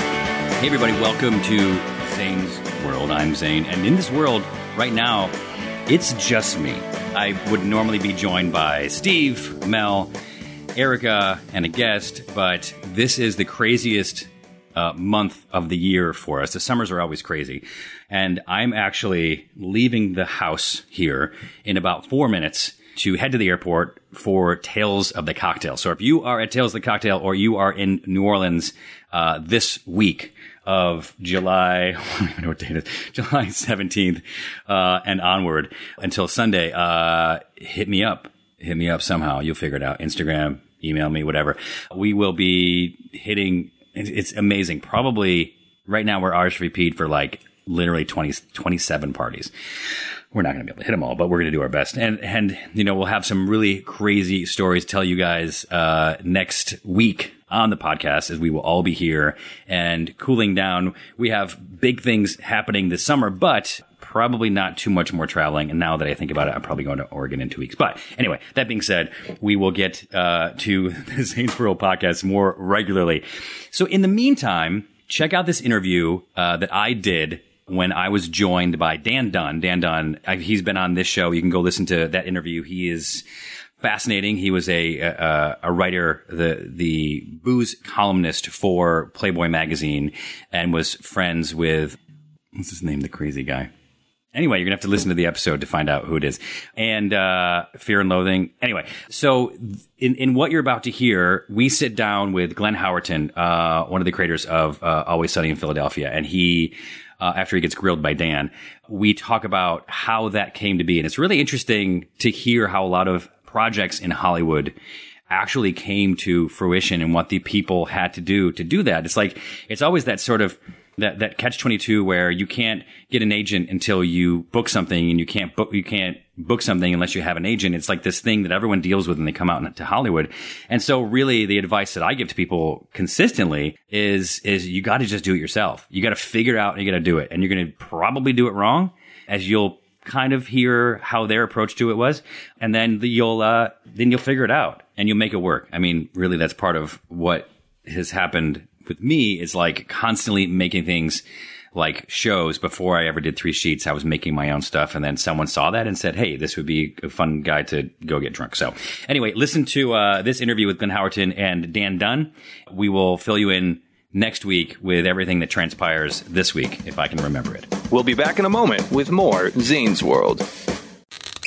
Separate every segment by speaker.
Speaker 1: Hey, everybody, welcome to Zane's World. I'm Zane, and in this world right now, it's just me. I would normally be joined by Steve, Mel, Erica, and a guest, but this is the craziest uh, month of the year for us. The summers are always crazy. And I'm actually leaving the house here in about four minutes to head to the airport for Tales of the Cocktail. So if you are at Tales of the Cocktail or you are in New Orleans uh, this week of July, I don't even know what date it is, July 17th uh, and onward until Sunday, uh, hit me up hit me up somehow. You'll figure it out. Instagram, email me, whatever. We will be hitting. It's, it's amazing. Probably right now we're RSVP'd for like literally 20, 27 parties. We're not going to be able to hit them all, but we're going to do our best. And, and, you know, we'll have some really crazy stories to tell you guys, uh, next week on the podcast as we will all be here and cooling down. We have big things happening this summer, but probably not too much more traveling. And now that I think about it, I'm probably going to Oregon in two weeks. But anyway, that being said, we will get uh, to the Zanesboro podcast more regularly. So in the meantime, check out this interview uh, that I did when I was joined by Dan Dunn. Dan Dunn, I, he's been on this show. You can go listen to that interview. He is fascinating. He was a a, a writer, the the booze columnist for Playboy magazine, and was friends with what's his name, the crazy guy. Anyway, you're gonna have to listen to the episode to find out who it is. And uh, Fear and Loathing. Anyway, so th- in in what you're about to hear, we sit down with Glenn Howerton, uh, one of the creators of uh, Always Sunny in Philadelphia, and he. Uh, after he gets grilled by Dan, we talk about how that came to be, and it's really interesting to hear how a lot of projects in Hollywood actually came to fruition and what the people had to do to do that. It's like it's always that sort of that that catch twenty two where you can't get an agent until you book something, and you can't book you can't book something unless you have an agent. It's like this thing that everyone deals with when they come out into Hollywood. And so, really, the advice that I give to people consistently is is you got to just do it yourself. You got to figure it out and you got to do it, and you're going to probably do it wrong, as you'll kind of hear how their approach to it was, and then the, you'll uh, then you'll figure it out and you'll make it work. I mean, really, that's part of what has happened with me is like constantly making things like shows before I ever did three sheets. I was making my own stuff, and then someone saw that and said, "Hey, this would be a fun guy to go get drunk." So, anyway, listen to uh, this interview with Glenn Howerton and Dan Dunn. We will fill you in next week with everything that transpires this week, if I can remember it.
Speaker 2: We'll be back in a moment with more Zane's World.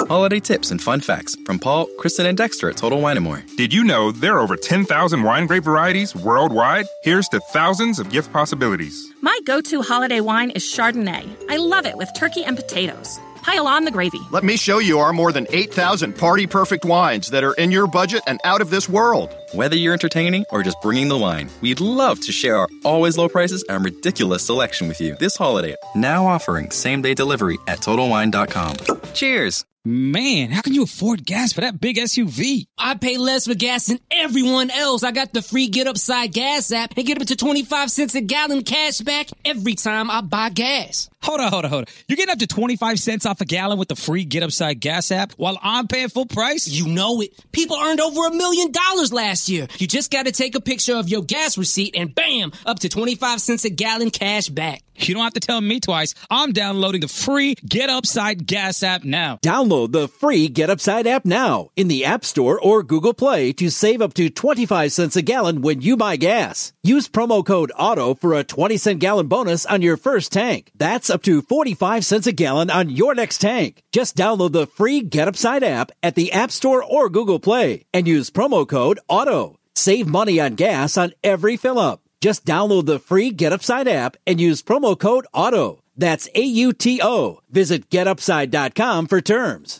Speaker 3: Holiday tips and fun facts from Paul, Kristen, and Dexter at Total Wine & More.
Speaker 4: Did you know there are over 10,000 wine grape varieties worldwide? Here's to thousands of gift possibilities.
Speaker 5: My go to holiday wine is Chardonnay. I love it with turkey and potatoes. Pile on the gravy.
Speaker 6: Let me show you our more than 8,000 party perfect wines that are in your budget and out of this world.
Speaker 3: Whether you're entertaining or just bringing the wine, we'd love to share our always low prices and ridiculous selection with you this holiday. Now offering same day delivery at TotalWine.com. Cheers!
Speaker 7: Man, how can you afford gas for that big SUV?
Speaker 8: I pay less for gas than everyone else. I got the free Get Upside Gas app and get up to 25 cents a gallon cash back every time I buy gas.
Speaker 7: Hold on, hold on, hold on. You're getting up to 25 cents off a gallon with the free Get Upside Gas app while I'm paying full price?
Speaker 8: You know it. People earned over a million dollars last year. You just gotta take a picture of your gas receipt and bam, up to 25 cents a gallon cash back.
Speaker 7: You don't have to tell me twice. I'm downloading the free Get Upside Gas app now.
Speaker 9: Download the free Get Upside app now in the App Store or Google Play to save up to 25 cents a gallon when you buy gas. Use promo code AUTO for a 20 cent gallon bonus on your first tank. That's up to 45 cents a gallon on your next tank. Just download the free Get Upside app at the App Store or Google Play and use promo code AUTO. Save money on gas on every fill up. Just download the free Get Upside app and use promo code AUTO. That's A U T O. Visit getupside.com for terms.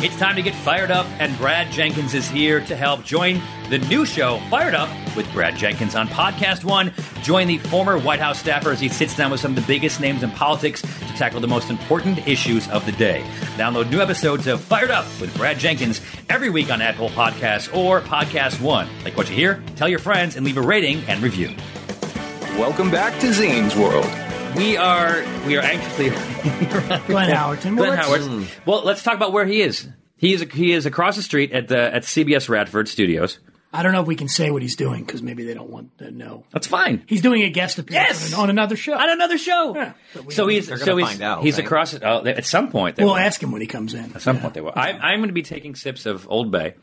Speaker 1: It's time to get fired up, and Brad Jenkins is here to help. Join the new show, Fired Up, with Brad Jenkins on Podcast One. Join the former White House staffer as he sits down with some of the biggest names in politics to tackle the most important issues of the day. Download new episodes of Fired Up with Brad Jenkins every week on Apple Podcasts or Podcast One. Like what you hear? Tell your friends and leave a rating and review.
Speaker 2: Welcome back to Zane's World.
Speaker 1: We are we are anxiously Glenn
Speaker 10: Howerton.
Speaker 1: Glenn
Speaker 10: Well,
Speaker 1: Howard. Well, let's talk about where he is. He is he is across the street at the at CBS Radford Studios.
Speaker 9: I don't know if we can say what he's doing because maybe they don't want to know.
Speaker 1: That's fine.
Speaker 9: He's doing a guest appearance
Speaker 1: Yes!
Speaker 9: on, an- on another show. On
Speaker 1: another show. so he's
Speaker 9: They're
Speaker 1: so
Speaker 9: gonna
Speaker 1: he's,
Speaker 9: find out,
Speaker 1: he's
Speaker 9: right?
Speaker 1: across it. Oh, they- at some point, they
Speaker 9: We'll
Speaker 1: will.
Speaker 9: ask him when he comes in.
Speaker 1: At some point, they will. I, I'm going to be taking sips of Old Bay.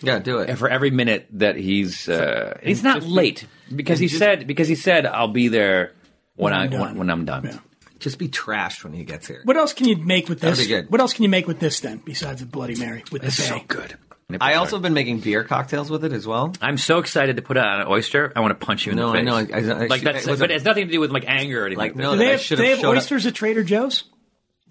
Speaker 1: Yeah, do it for every minute that he's. Uh, and he's not late because he said because he said I'll be there when,
Speaker 9: When
Speaker 1: I
Speaker 9: I'm
Speaker 1: when,
Speaker 9: done."
Speaker 1: when I'm done.
Speaker 8: Just be trashed when he gets here.
Speaker 9: What else can you make with
Speaker 8: That'd
Speaker 9: this?
Speaker 8: be good.
Speaker 9: What else can you make with this then besides a Bloody Mary with the bay?
Speaker 1: good.
Speaker 8: I also have been making beer cocktails with it as well.
Speaker 1: I'm so excited to put out an oyster. I want to punch you in
Speaker 8: No,
Speaker 1: the
Speaker 8: I
Speaker 1: face.
Speaker 8: know. I- I- I-
Speaker 1: like that's,
Speaker 8: it was
Speaker 1: but
Speaker 8: a-
Speaker 1: it has nothing to do with like anger or anything.
Speaker 8: Like,
Speaker 1: that.
Speaker 8: no,
Speaker 9: Do
Speaker 8: that
Speaker 9: they
Speaker 8: I
Speaker 9: have,
Speaker 8: should
Speaker 9: they
Speaker 8: have
Speaker 9: have
Speaker 8: showed up.
Speaker 9: oysters at Trader Joe's?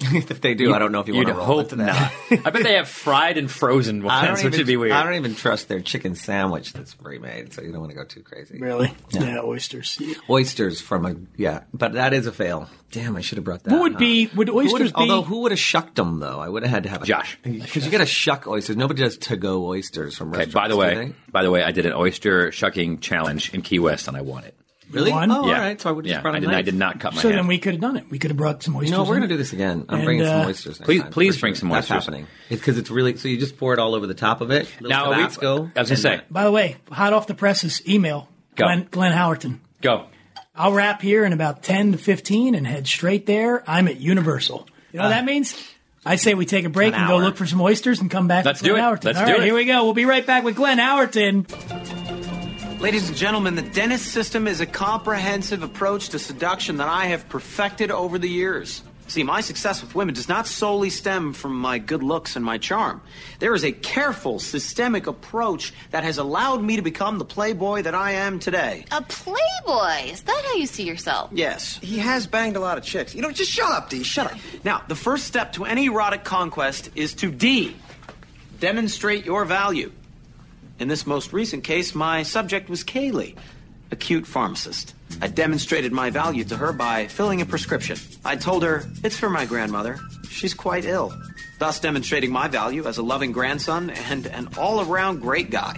Speaker 8: If they do, I don't know if you
Speaker 1: You'd
Speaker 8: want to roll
Speaker 1: hope
Speaker 8: into that.
Speaker 1: I bet they have fried and frozen
Speaker 8: I don't
Speaker 1: ones,
Speaker 8: even,
Speaker 1: which would be weird.
Speaker 8: I don't even trust their chicken sandwich that's pre-made, so you don't want to go too crazy.
Speaker 9: Really?
Speaker 8: Yeah.
Speaker 9: Yeah, oysters.
Speaker 8: Oysters from a yeah, but that is a fail. Damn, I should have brought that.
Speaker 9: What would
Speaker 8: up.
Speaker 9: be- would
Speaker 8: Who would've-
Speaker 9: oysters be-
Speaker 8: Although who would have shucked them though? I would have had to have a, Josh because you got to shuck oysters. Nobody does to go oysters from
Speaker 1: Okay,
Speaker 8: restaurants.
Speaker 1: by the
Speaker 8: do
Speaker 1: way,
Speaker 8: they?
Speaker 1: by the way, I did an oyster shucking challenge in Key West, and I won it.
Speaker 8: really?
Speaker 9: One?
Speaker 8: Oh,
Speaker 1: Yeah.
Speaker 8: all right. So I would have
Speaker 1: Yeah,
Speaker 8: just brought
Speaker 1: I
Speaker 8: a
Speaker 1: did- I
Speaker 8: knife.
Speaker 1: did not cut my
Speaker 9: So
Speaker 1: hand.
Speaker 9: then we could have done it. We could have brought some oysters.
Speaker 8: No, we're
Speaker 9: in.
Speaker 8: gonna do this again. I'm
Speaker 9: And,
Speaker 8: bringing
Speaker 9: uh,
Speaker 8: some oysters. Next
Speaker 1: please-
Speaker 8: time.
Speaker 1: please
Speaker 8: for
Speaker 1: bring
Speaker 8: sure.
Speaker 1: some
Speaker 8: That's
Speaker 1: oysters.
Speaker 8: happening. Because it's really so. You just pour it all over the top of it. Little
Speaker 1: Now, are we-
Speaker 8: Tabasco,
Speaker 1: I was gonna say-
Speaker 9: By the way, hot off the presses, email
Speaker 1: Go.
Speaker 9: Glenn, Glenn Howerton.
Speaker 1: Go.
Speaker 9: I'll wrap here in about 10 to 15 and head straight there. I'm at Universal. You
Speaker 8: Ah.
Speaker 9: know what that means? I say we take a break
Speaker 1: An
Speaker 9: and go
Speaker 1: hour.
Speaker 9: look for some oysters and come back.
Speaker 1: Let's
Speaker 9: with
Speaker 1: do
Speaker 9: Glenn
Speaker 1: it.
Speaker 9: Howerton.
Speaker 1: Let's
Speaker 9: All
Speaker 1: do
Speaker 9: right,
Speaker 1: it.
Speaker 9: Here we go. We'll be right back with Glenn Howerton.
Speaker 8: uh,
Speaker 2: Ladies and gentlemen, the dentist system is a comprehensive approach to seduction that I have perfected over the years. See, my success with women does not solely stem from my good looks and my charm. There is a careful, systemic approach that has allowed me to become the playboy that I am today.
Speaker 5: A playboy? Is that how you see yourself?
Speaker 2: Yes, he has banged a lot of chicks. You know, just shut up, D. Shut up. Now, the first step to any erotic conquest is to D. Demonstrate your value. In this most recent case, my subject was Kaylee, a cute pharmacist. I demonstrated my value to her by filling a prescription. I told her, it's for my grandmother. She's quite ill. Thus demonstrating my value as a loving grandson and an all around great guy.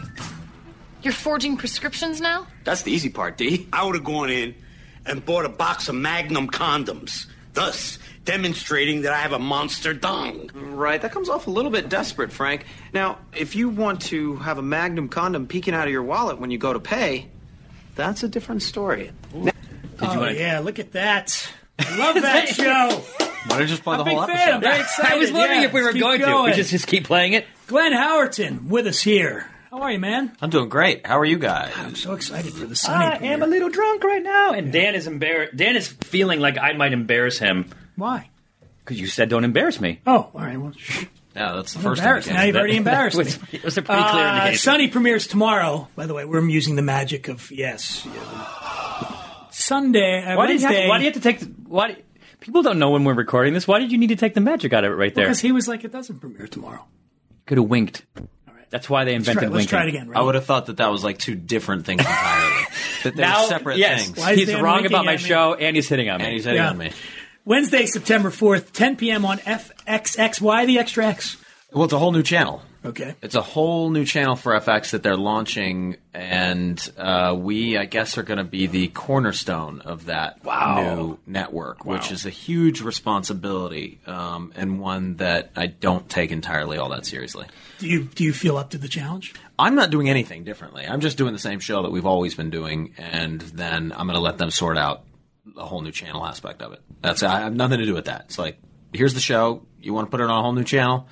Speaker 5: You're forging prescriptions now?
Speaker 2: That's the easy part, D.
Speaker 6: I would have gone in and bought a box of Magnum condoms, thus demonstrating that I have a monster dong.
Speaker 2: Right, that comes off a little bit desperate, Frank. Now, if you want to have a magnum condom peeking out of your wallet when you go to pay, that's a different story.
Speaker 9: oh,
Speaker 2: wanna-
Speaker 9: yeah, look at that. I love that show.
Speaker 8: Why don't you just play
Speaker 9: I'm a big fan. I'm very excited.
Speaker 1: I was wondering
Speaker 9: Yeah,
Speaker 1: if we were
Speaker 9: let's keep
Speaker 1: going, to.
Speaker 9: going.
Speaker 1: We just, just keep playing it.
Speaker 9: Glenn Howerton with us here. How are you, man?
Speaker 8: I'm doing great. How are you guys?
Speaker 9: I'm so excited for the sunny
Speaker 1: I am a little drunk right now, Oh, and Dan is embarrassed. Dan is feeling like I might embarrass him
Speaker 9: Why?
Speaker 1: because you said don't embarrass me.
Speaker 9: Oh, all right. Well,
Speaker 8: No, that's the
Speaker 9: I'm embarrassed. Now you've already embarrassed me.
Speaker 1: It was a pretty clear
Speaker 9: Uh,
Speaker 1: indication.
Speaker 9: Sunny premieres tomorrow. By the way, we're using the magic of yes. yeah. Sunday. Uh,
Speaker 1: why, do you
Speaker 9: Wednesday.
Speaker 1: have to, why do you have to take? The, why do- people don't know when we're recording this? Why did you need to take the magic out of it right there?
Speaker 9: Because he was like, it doesn't premiere tomorrow.
Speaker 1: Could have winked. That's why they invented
Speaker 9: try- let's
Speaker 1: winking.
Speaker 9: try it again, right?
Speaker 8: I would have thought that that was like two different things entirely. that they're
Speaker 1: Now,
Speaker 8: separate
Speaker 1: yes,
Speaker 8: things.
Speaker 9: Why is
Speaker 1: he's
Speaker 9: Dan
Speaker 1: wrong
Speaker 9: winking
Speaker 1: about my
Speaker 9: at me?
Speaker 1: show, and he's hitting on me.
Speaker 8: And he's hitting
Speaker 9: Yeah.
Speaker 8: on me.
Speaker 9: Wednesday, September fourth, 10 p.m. on FXXY, the extra X.
Speaker 8: Well, it's a whole new channel.
Speaker 9: Okay.
Speaker 8: It's a whole new channel for FX that they're launching, and uh, we, I guess, are going to be the cornerstone of that new network, which is a huge responsibility um, and one that I don't take entirely all that seriously.
Speaker 9: Do you do you feel up to the challenge?
Speaker 8: I'm not doing anything differently. I'm just doing the same show that we've always been doing, and then I'm going to let them sort out the whole new channel aspect of it. That's I have nothing to do with that. It's like, here's the show. You want to put it on a whole new channel?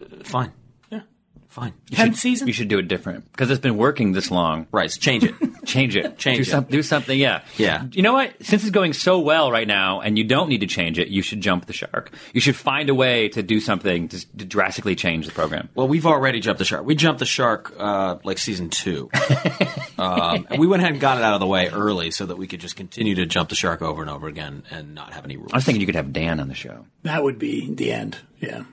Speaker 8: Uh, Fine.
Speaker 9: Yeah.
Speaker 8: Fine.
Speaker 9: Tenth season.
Speaker 1: You should do it different because it's been working this long.
Speaker 8: Right, change it.
Speaker 1: change it.
Speaker 8: Change
Speaker 1: do
Speaker 8: it.
Speaker 1: some- do something. Yeah.
Speaker 8: Yeah.
Speaker 1: You know what? Since it's going so well right now, and you don't need to change it, you should jump the shark. You should find a way to do something to, s- to drastically change the program.
Speaker 8: Well, we've already jumped the shark. We jumped the shark uh, like season two. um, and we went ahead and got it out of the way early so that we could just continue to jump the shark over and over again and not have any rules.
Speaker 1: I was thinking you could have Dan on the show,
Speaker 9: That would be the end. Yeah.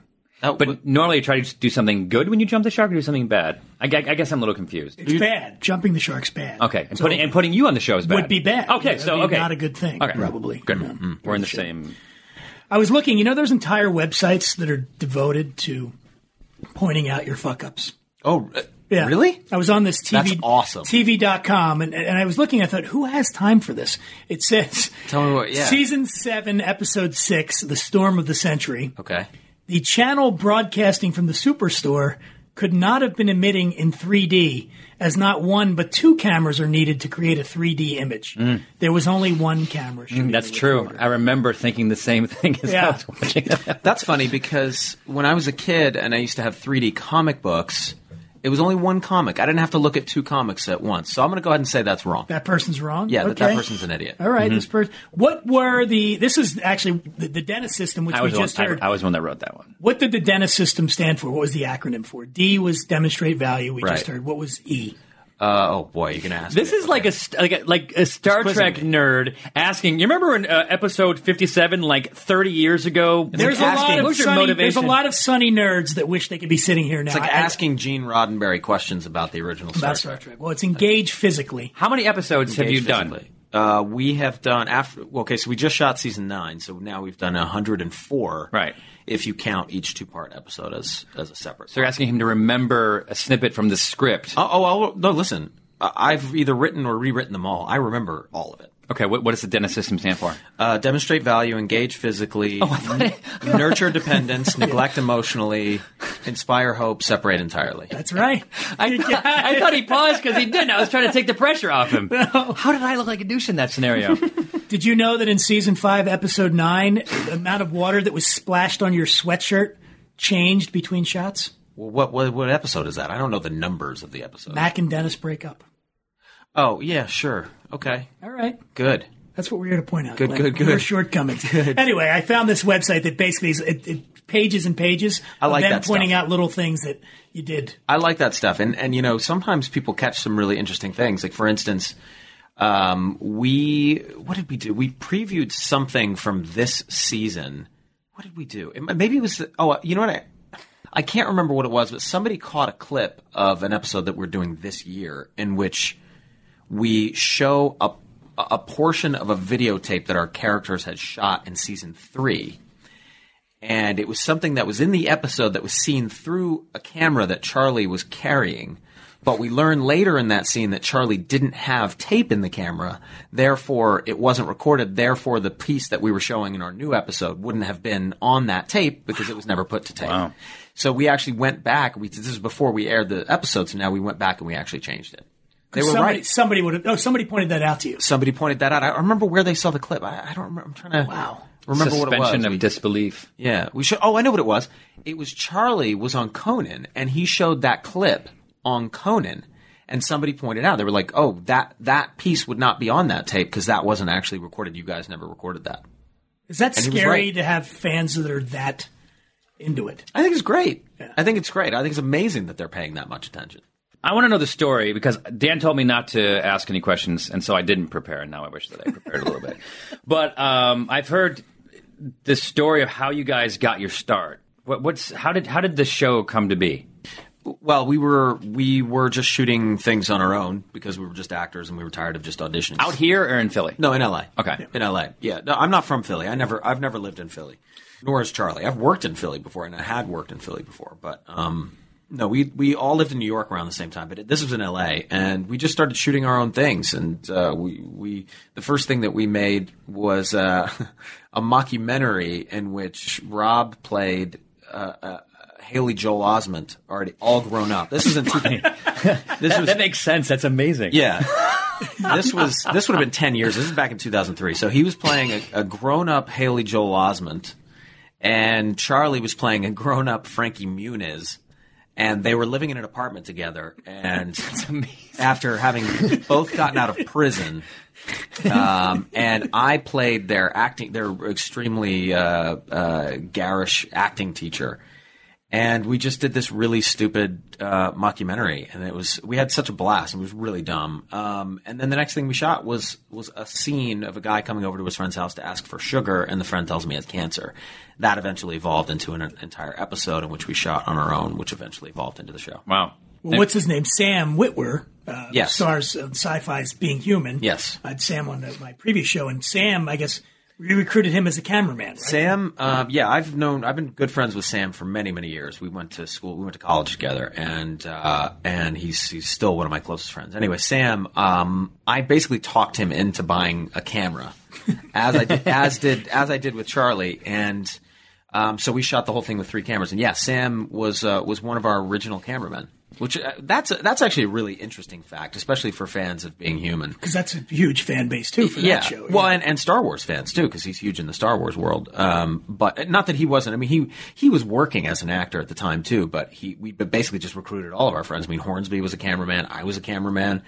Speaker 8: Oh,
Speaker 1: but normally you try to do something good when you jump the shark, or do something bad. I, gu- I guess I'm a little confused.
Speaker 9: It's bad. Jumping the shark's bad.
Speaker 1: Okay, and
Speaker 9: So-
Speaker 1: putting and putting you on the show is bad.
Speaker 9: Would be bad.
Speaker 1: Okay,
Speaker 9: That'd
Speaker 1: so
Speaker 9: be
Speaker 1: okay,
Speaker 9: not a good thing,
Speaker 1: Okay,
Speaker 9: probably.
Speaker 1: Good. Mm, We're in the same.
Speaker 9: I was looking, you know, there's entire websites that are devoted to pointing out your fuck ups.
Speaker 8: Oh, uh,
Speaker 9: Yeah.
Speaker 8: really?
Speaker 9: I was on this TV.
Speaker 8: That's awesome.
Speaker 9: TV.com, and, and I was looking, I thought, who has time for this? It says
Speaker 8: Tell me what, yeah.
Speaker 9: Season 7, Episode 6, The Storm of the Century.
Speaker 8: Okay.
Speaker 9: The channel broadcasting from the superstore could not have been emitting in 3D, as not one but two cameras are needed to create a 3D image.
Speaker 1: Mm.
Speaker 9: There was only one camera.
Speaker 1: Mm, that's true. I remember thinking the same thing as I
Speaker 9: Yeah.
Speaker 1: was watching it.
Speaker 2: That's funny because when I was a kid and I used to have 3D comic books, it was only one comic. I didn't have to look at two comics at once. So I'm going to go ahead and say that's wrong.
Speaker 9: That person's wrong.
Speaker 2: Yeah, that, that
Speaker 9: Okay.
Speaker 2: person's an idiot.
Speaker 9: All right,
Speaker 2: Mhm.
Speaker 9: this person. What were the? This is actually the, the Dennis system, which
Speaker 1: I
Speaker 9: we
Speaker 1: was, the one,
Speaker 9: just heard.
Speaker 1: I, I was the one that wrote that one.
Speaker 9: what did the Dennis system stand for? What was the acronym for? D was demonstrate value. We just
Speaker 1: Right.
Speaker 9: heard. What was E?
Speaker 2: Uh, oh boy, you're gonna ask.
Speaker 1: This is like a st- like a, like a Star
Speaker 2: quizzing
Speaker 1: Trek nerd asking. You remember in uh, episode fifty seven, like thirty years ago?
Speaker 9: There's a lot
Speaker 1: What
Speaker 9: of
Speaker 1: was your
Speaker 9: sunny, there's a
Speaker 1: motivation?
Speaker 9: lot of sunny nerds that wish they could be sitting here now.
Speaker 2: It's like
Speaker 9: I- I-
Speaker 2: asking Gene Roddenberry questions about the original Star Trek.
Speaker 9: about Star Trek. Well, it's engage physically.
Speaker 1: How many episodes
Speaker 2: Engage physically. Uh, we have done after. well, Okay, so we just shot season nine, so now we've done 104. Right. If you count each two part episode as as a separate.
Speaker 1: So you're asking him to remember a snippet from the script.
Speaker 2: Oh, oh I'll, no! Listen, I- I've either written or rewritten them all. I remember all of it.
Speaker 1: Okay, what, what does the Dennis system stand for?
Speaker 2: Uh, demonstrate value, engage physically,
Speaker 9: Oh,
Speaker 2: n- nurture dependence, neglect emotionally, inspire hope, separate entirely.
Speaker 9: That's right.
Speaker 1: I, thought- I thought he paused because he didn't. I was trying to take the pressure off him. How did I look like a douche in that scenario?
Speaker 9: Did you know that in season five, episode nine, the amount of water that was splashed on your sweatshirt changed between shots?
Speaker 2: Well, what, what what episode is that? I don't know the numbers of the episode.
Speaker 9: Mac and Dennis break up.
Speaker 2: Oh yeah, sure, okay,
Speaker 9: All right.
Speaker 2: good.
Speaker 9: That's what we're here to point out.
Speaker 2: Good,
Speaker 9: Glenn.
Speaker 2: good, good.
Speaker 9: Your shortcomings. Anyway, I found this website that basically is it, it, pages and pages
Speaker 2: I like
Speaker 9: of them
Speaker 2: that stuff.
Speaker 9: pointing out little things that you did.
Speaker 2: I like that stuff, and and you know sometimes people catch some really interesting things. Like for instance, um, we what did we do? We previewed something from this season. What did we do? It- maybe it was the, oh you know what I I can't remember what it was, but somebody caught a clip of an episode that we're doing this year in which we show a a portion of a videotape that our characters had shot in season three and it was something that was in the episode that was seen through a camera that Charlie was carrying. But we learn later in that scene that Charlie didn't have tape in the camera, therefore it wasn't recorded. Therefore, the piece that we were showing in our new episode wouldn't have been on that tape because it was never put to tape. So we actually went back. We, this is before we aired the episode, so now we went back and we actually changed it. They were
Speaker 9: somebody,
Speaker 2: right.
Speaker 9: Somebody would have. Oh, somebody pointed that out to you.
Speaker 2: Somebody pointed that out. I remember where they saw the clip. I, I don't remember. I'm trying to wow. remember what it was.
Speaker 1: Suspension of
Speaker 2: We-
Speaker 1: disbelief.
Speaker 2: yeah, we should. Oh, I know what it was. It was Charlie was on Conan, and he showed that clip on Conan, and somebody pointed out they were like, "Oh, that that piece would not be on that tape because that wasn't actually recorded. You guys never recorded that."
Speaker 9: Is that
Speaker 2: And he was
Speaker 9: scary
Speaker 2: right.
Speaker 9: to have fans that are that into it?
Speaker 2: I think it's great. I think it's great. I think it's amazing that they're paying that much attention.
Speaker 1: I want to know the story because Dan told me not to ask any questions, and so I didn't prepare. And now I wish that I prepared a little bit. But um, I've heard the story of how you guys got your start. What, what's how did how did the show come to be?
Speaker 2: Well, we were we were just shooting things on our own because we were just actors and we were tired of just auditioning.
Speaker 1: Out here or in Philly?
Speaker 2: No, in LA.
Speaker 1: Okay,
Speaker 2: in LA. Yeah, no, I'm not from Philly. I never I've never lived in Philly. Nor is Charlie. I've worked in Philly before and I had worked in Philly before, but um no, we we all lived in New York around the same time, but it, this was in LA and we just started shooting our own things and uh we we the first thing that we made was uh a mockumentary in which Rob played uh, uh Haley Joel Osment, already all grown up. This is in two, this was,
Speaker 1: that makes sense. That's amazing.
Speaker 2: yeah. this was this would have been 10 years. This is back in 2003. So he was playing a, a grown-up Haley Joel Osment and Charlie was playing a grown-up Frankie Muniz and they were living in an apartment together and after having both gotten out of prison um, and I played their acting their extremely uh, uh, garish acting teacher and we just did this really stupid uh, mockumentary, and it was we had such a blast. It was really dumb. Um, and then the next thing we shot was was a scene of a guy coming over to his friend's house to ask for sugar, and the friend tells him he has cancer. That eventually evolved into an entire episode in which we shot on our own, which eventually evolved into the show.
Speaker 1: Wow.
Speaker 9: Well, what's his name? Sam Witwer. Uh,
Speaker 2: Yes.
Speaker 9: Stars on Sci-Fi's Being Human.
Speaker 2: Yes.
Speaker 9: I had Sam on the, my previous show, and Sam, I guess, we recruited him as a cameraman.
Speaker 2: Sam, uh, yeah, I've known, I've been good friends with Sam for many, many years. We went to school, we went to college together, and uh, and he's he's still one of my closest friends. Anyway, Sam, um, I basically talked him into buying a camera, as I did, as did as I did with Charlie, and Um, so we shot the whole thing with three cameras, and yeah, Sam was uh, was one of our original cameramen, which uh, that's that's actually a really interesting fact, especially for fans of being human.
Speaker 9: because that's a huge fan base too for
Speaker 2: yeah.
Speaker 9: that show.
Speaker 2: Well, and, and Star Wars fans too, because he's huge in the Star Wars world. Um, but not that he wasn't. I mean, he he was working as an actor at the time too. But he we basically just recruited all of our friends. I mean, Hornsby was a cameraman. I was a cameraman.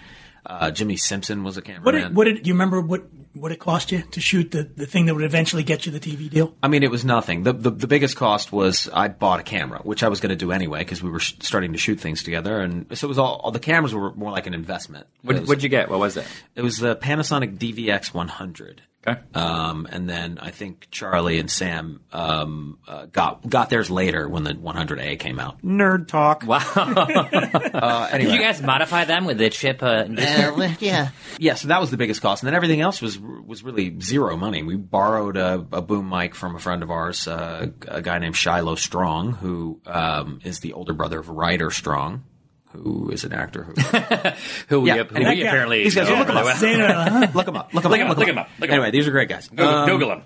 Speaker 2: Uh, Jimmy Simpson was a
Speaker 9: What
Speaker 2: cameraman.
Speaker 9: did, what did you remember? What what it cost you to shoot the, the thing that would eventually get you the TV deal?
Speaker 2: I mean, it was nothing. The, the the biggest cost was I bought a camera, which I was going to do anyway because we were sh- starting to shoot things together, and so it was all, all the cameras were more like an investment.
Speaker 1: What-
Speaker 2: It was-
Speaker 1: what'd you get? What was it?
Speaker 2: It was the Panasonic DVX 100.
Speaker 1: Okay.
Speaker 2: Um, and then I think Charlie and Sam um, uh, got got theirs later when the 100A came out.
Speaker 11: Nerd talk.
Speaker 1: Wow.
Speaker 2: Uh, anyway.
Speaker 12: Did you guys modify them with the chip? Uh,
Speaker 2: yeah. Yeah, so that was the biggest cost. And then everything else was was really zero money. We borrowed a, a boom mic from a friend of ours, uh, a guy named Shiloh Strong, who um, is the older brother of Ryder Strong, who is an actor who.
Speaker 1: who we,
Speaker 2: Yeah,
Speaker 1: who
Speaker 2: anyway.
Speaker 1: we apparently
Speaker 2: These guys,
Speaker 1: know
Speaker 2: look 'em
Speaker 1: really
Speaker 2: up.
Speaker 9: uh-huh.
Speaker 1: well.
Speaker 2: Look 'em up. Look 'em
Speaker 1: Look 'em
Speaker 2: up.
Speaker 1: up, look 'em up, look 'em
Speaker 2: Anyway,
Speaker 1: up.
Speaker 2: these are great guys. Um,
Speaker 1: Google- Google 'em.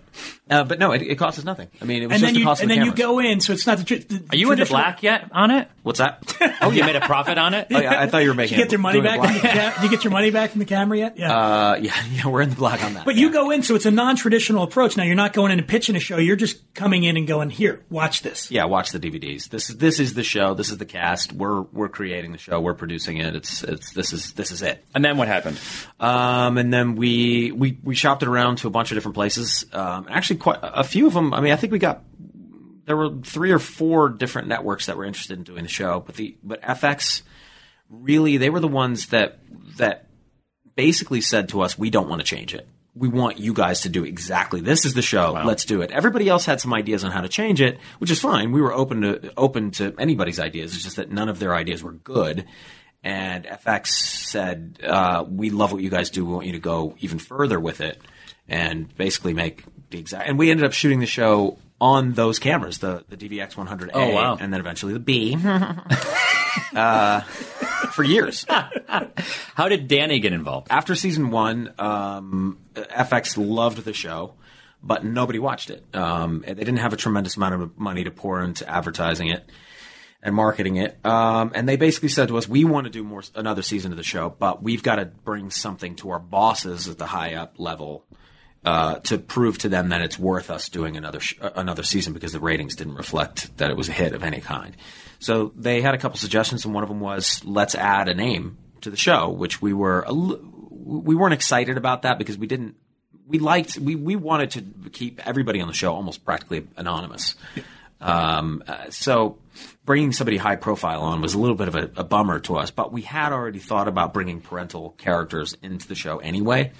Speaker 2: Uh, but no, it, it cost us nothing. I mean, it was
Speaker 9: And
Speaker 2: just
Speaker 9: then
Speaker 2: the
Speaker 9: you
Speaker 2: cost
Speaker 9: and
Speaker 2: of
Speaker 9: then
Speaker 2: the
Speaker 9: you
Speaker 2: cameras.
Speaker 9: go in, so it's not the. tr- the
Speaker 1: Are you in the
Speaker 9: traditional-
Speaker 1: black yet on it?
Speaker 2: What's that?
Speaker 1: Oh, you made a profit on it?
Speaker 2: Oh, yeah, I thought you were
Speaker 9: Did
Speaker 2: making
Speaker 9: you get their money
Speaker 2: doing it
Speaker 9: back? From the ca- did you get your money back from the camera yet? Yeah.
Speaker 2: Uh, yeah, yeah, we're in the black on that.
Speaker 9: But you go in, so it's a non-traditional approach. Now you're not going in and pitching a show. You're just coming in and going, "Here, watch this."
Speaker 2: Yeah, watch the DVDs. This is this is the show. This is the cast. We're we're creating the show. We're producing it. It's it's this is this is it.
Speaker 1: And then what happened?
Speaker 2: Um, and then we we we shopped it around to a bunch of different places. Um, actually, quite a few of them. I mean, I think we got there were three or four different networks that were interested in doing the show, but the but FX really they were the ones that that basically said to us, "We don't want to change it. We want you guys to do exactly this is the show. Let's do it." Everybody else had some ideas on how to change it, which is fine. We were open to open to anybody's ideas. It's just that none of their ideas were good. And FX said, uh, "We love what you guys do. We want you to go even further with it, and basically make the exact." And we ended up shooting the show on those cameras, the the DVX 100A,
Speaker 1: Oh, wow.
Speaker 2: and then eventually the B, uh, for years.
Speaker 1: How did Danny get involved?
Speaker 2: After season one, um, FX loved the show, but nobody watched it. Um, they didn't have a tremendous amount of money to pour into advertising it and marketing it. Um, and they basically said to us, "We want to do more another season of the show, but we've got to bring something to our bosses at the high up level." Uh, to prove to them that it's worth us doing another sh- uh, another season because the ratings didn't reflect that it was a hit of any kind. So they had a couple suggestions, and one of them was let's add a name to the show, which we were a l- we weren't excited about that because we didn't we liked we we wanted to keep everybody on the show almost practically anonymous. Um, uh, so bringing somebody high profile on was a little bit of a, a bummer to us, but we had already thought about bringing parental characters into the show anyway.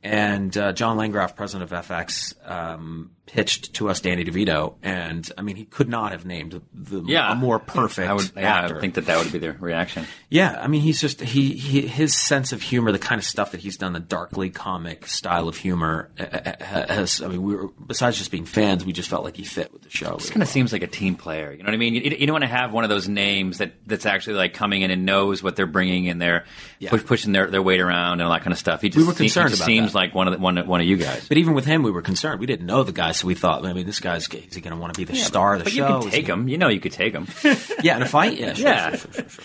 Speaker 2: And uh, John Langraf, president of FX, um, pitched to us Danny DeVito, and I mean he could not have named the
Speaker 1: Yeah.
Speaker 2: a more perfect
Speaker 1: I would, yeah, I
Speaker 2: actor.
Speaker 1: would think that that would be the reaction.
Speaker 2: Yeah, I mean, he's just he, he his sense of humor, the kind of stuff that he's done, the darkly comic style of humor uh, uh, uh, has. I mean, we were besides just being fans, we just felt like he fit with the show.
Speaker 1: This kind of seems like a team player. You know what I mean? You, you don't want to have one of those names that, that's actually like coming in and knows what they're bringing and they're push, pushing their, their weight around and all that kind of stuff. He just,
Speaker 2: We were
Speaker 1: se- he
Speaker 2: concerned
Speaker 1: just
Speaker 2: about
Speaker 1: seems
Speaker 2: that.
Speaker 1: like one of the, one, of- one of you guys.
Speaker 2: But even with him, we were concerned. We didn't know the guy, so we thought, I mean, this guy's is he going to want to be the
Speaker 1: Yeah,
Speaker 2: star of the
Speaker 1: but
Speaker 2: show?
Speaker 1: you can take him. You know, you could take him.
Speaker 2: yeah, in a fight. Yeah, sure,
Speaker 1: Yeah.
Speaker 2: sure, sure, sure, sure.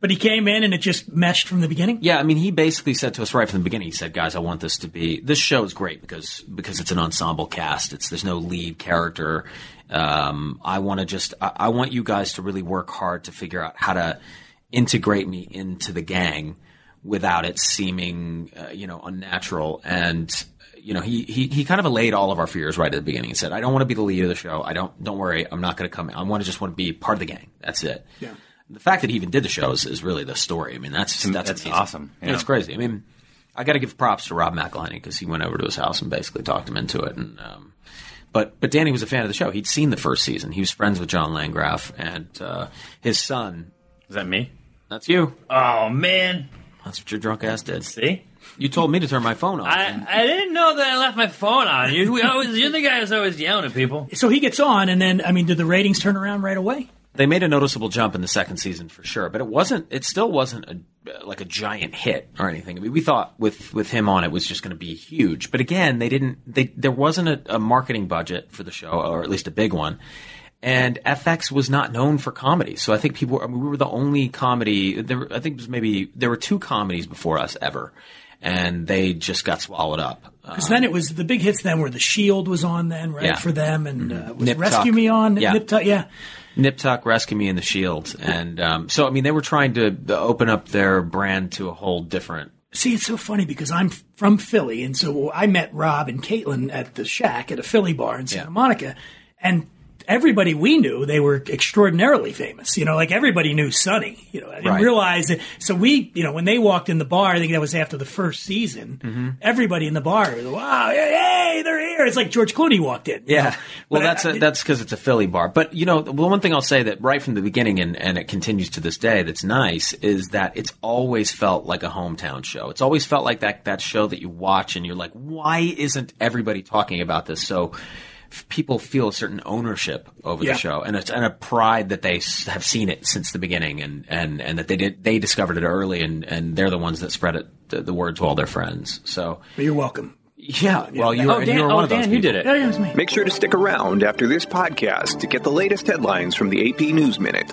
Speaker 9: But he came in and it just meshed from the beginning.
Speaker 2: Yeah, I mean, he basically said to us right from the beginning. He said, "Guys, I want this to be this show is great because because it's an ensemble cast. It's there's no lead character. Um, I want to just I, I want you guys to really work hard to figure out how to integrate me into the gang without it seeming uh, you know unnatural and." You know, he, he he kind of allayed all of our fears right at the beginning. He said, "I don't want to be the lead of the show. I don't. Don't worry. I'm not going to come. I want to just want to be part of the gang. That's it."
Speaker 9: Yeah.
Speaker 2: the fact that he even did the shows is really the story. I mean, that's that's, amazing.
Speaker 1: awesome.
Speaker 2: Yeah, It's
Speaker 1: Yeah.
Speaker 2: crazy. I mean, I got to give props to Rob McElhenney because he went over to his house and basically talked him into it. And um, but but Danny was a fan of the show. He'd seen the first season. He was friends with John Landgraf and uh, his son.
Speaker 1: Is that me?
Speaker 2: That's you.
Speaker 1: Oh man,
Speaker 2: that's what your drunk ass did.
Speaker 1: See,
Speaker 2: you told me to turn my phone off.
Speaker 1: I, I didn't know that I left my phone on. You, we always, you're the guy who's always yelling at people.
Speaker 9: So he gets on, and then I mean, did the ratings turn around right away?
Speaker 2: They made a noticeable jump in the second season for sure, but it wasn't. It still wasn't a, like a giant hit or anything. I mean, we thought with with him on, it was just going to be huge. But again, they didn't. They there wasn't a, a marketing budget for the show, or at least a big one. And FX was not known for comedy, so I think people. I mean, we were the only comedy. There, were- I think it was maybe there were two comedies before us ever, and they just got swallowed up. Uh,
Speaker 9: Because then it was the big hits. Then were the Shield was on then right
Speaker 2: Uh-huh. Yeah.
Speaker 9: for them, and uh, was
Speaker 2: Nip
Speaker 9: Rescue
Speaker 2: Tuck.
Speaker 9: Me on
Speaker 2: Yeah.
Speaker 9: Nip Tuck, yeah.
Speaker 2: Nip Tuck, Rescue Me, and the Shield, and um, so I mean they were trying to uh, open up their brand to a whole different.
Speaker 9: See, it's so funny because I'm f- from Philly, and so I met Rob and Caitlin at the Shack at a Philly bar in Santa Monica, and everybody we knew they were extraordinarily famous. You know, like everybody knew Sonny. You know, I didn't
Speaker 11: Right.
Speaker 9: realize that. So we, you know, when they walked in the bar, I think that was after the first season. Everybody in the bar was wow, hey, they're here! It's like George Clooney walked in.
Speaker 2: Yeah, well that's a, that's because it's a Philly bar. But you know, the one thing I'll say that right from the beginning, and and it continues to this day, that's nice is that it's always felt like a hometown show. It's always felt like that that show that you watch and you're like, why isn't everybody talking about this? So. f- People feel a certain ownership over
Speaker 9: Yeah.
Speaker 2: the show, and it's and a pride that they s- have seen it since the beginning, and, and, and that they did they discovered it early, and, and they're the ones that spread it the, the word to all their friends. So
Speaker 9: But you're welcome.
Speaker 2: yeah, well, you were, and you were one of those. people.
Speaker 9: Yeah, yeah, it was me.
Speaker 13: Make sure to stick around after this podcast to get the latest headlines from the AP News Minute.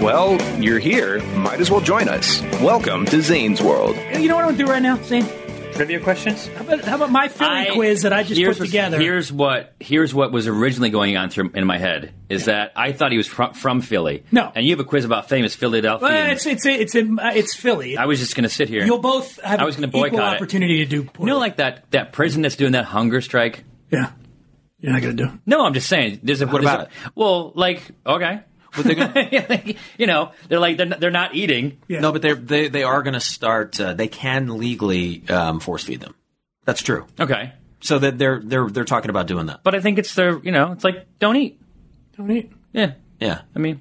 Speaker 13: Well, you're here. Might as well join us. Welcome to Zane's World.
Speaker 9: You know what I'm gonna do right now, Zane?
Speaker 1: Trivia questions?
Speaker 9: How about, how about my Philly quiz that I just put
Speaker 1: here's what-
Speaker 9: together?
Speaker 1: Here's what here's what was originally going on through in my head is that I thought he was from, from Philly. No, and you have a quiz about famous Philadelphia.
Speaker 9: Well, it's it's it's in, uh, it's Philly.
Speaker 1: I was just going to sit here.
Speaker 9: You'll both have
Speaker 1: I was going to
Speaker 9: equal
Speaker 1: boycott
Speaker 9: opportunity to do. You
Speaker 1: know, like that that prison that's doing that hunger strike.
Speaker 9: Yeah, you're not going to do.
Speaker 1: No, I'm just saying. There's a
Speaker 9: What
Speaker 1: there's
Speaker 9: about
Speaker 1: a- Well, like okay, you know, they're like they're not, they're not eating.
Speaker 2: No, but they're, they they are going to start. Uh, they can legally um, force feed them. That's true.
Speaker 1: Okay,
Speaker 2: so that they're they're they're talking about doing that.
Speaker 1: But I think it's their you know it's like don't eat.
Speaker 9: Don't eat.
Speaker 1: Yeah,
Speaker 2: yeah.
Speaker 1: I mean,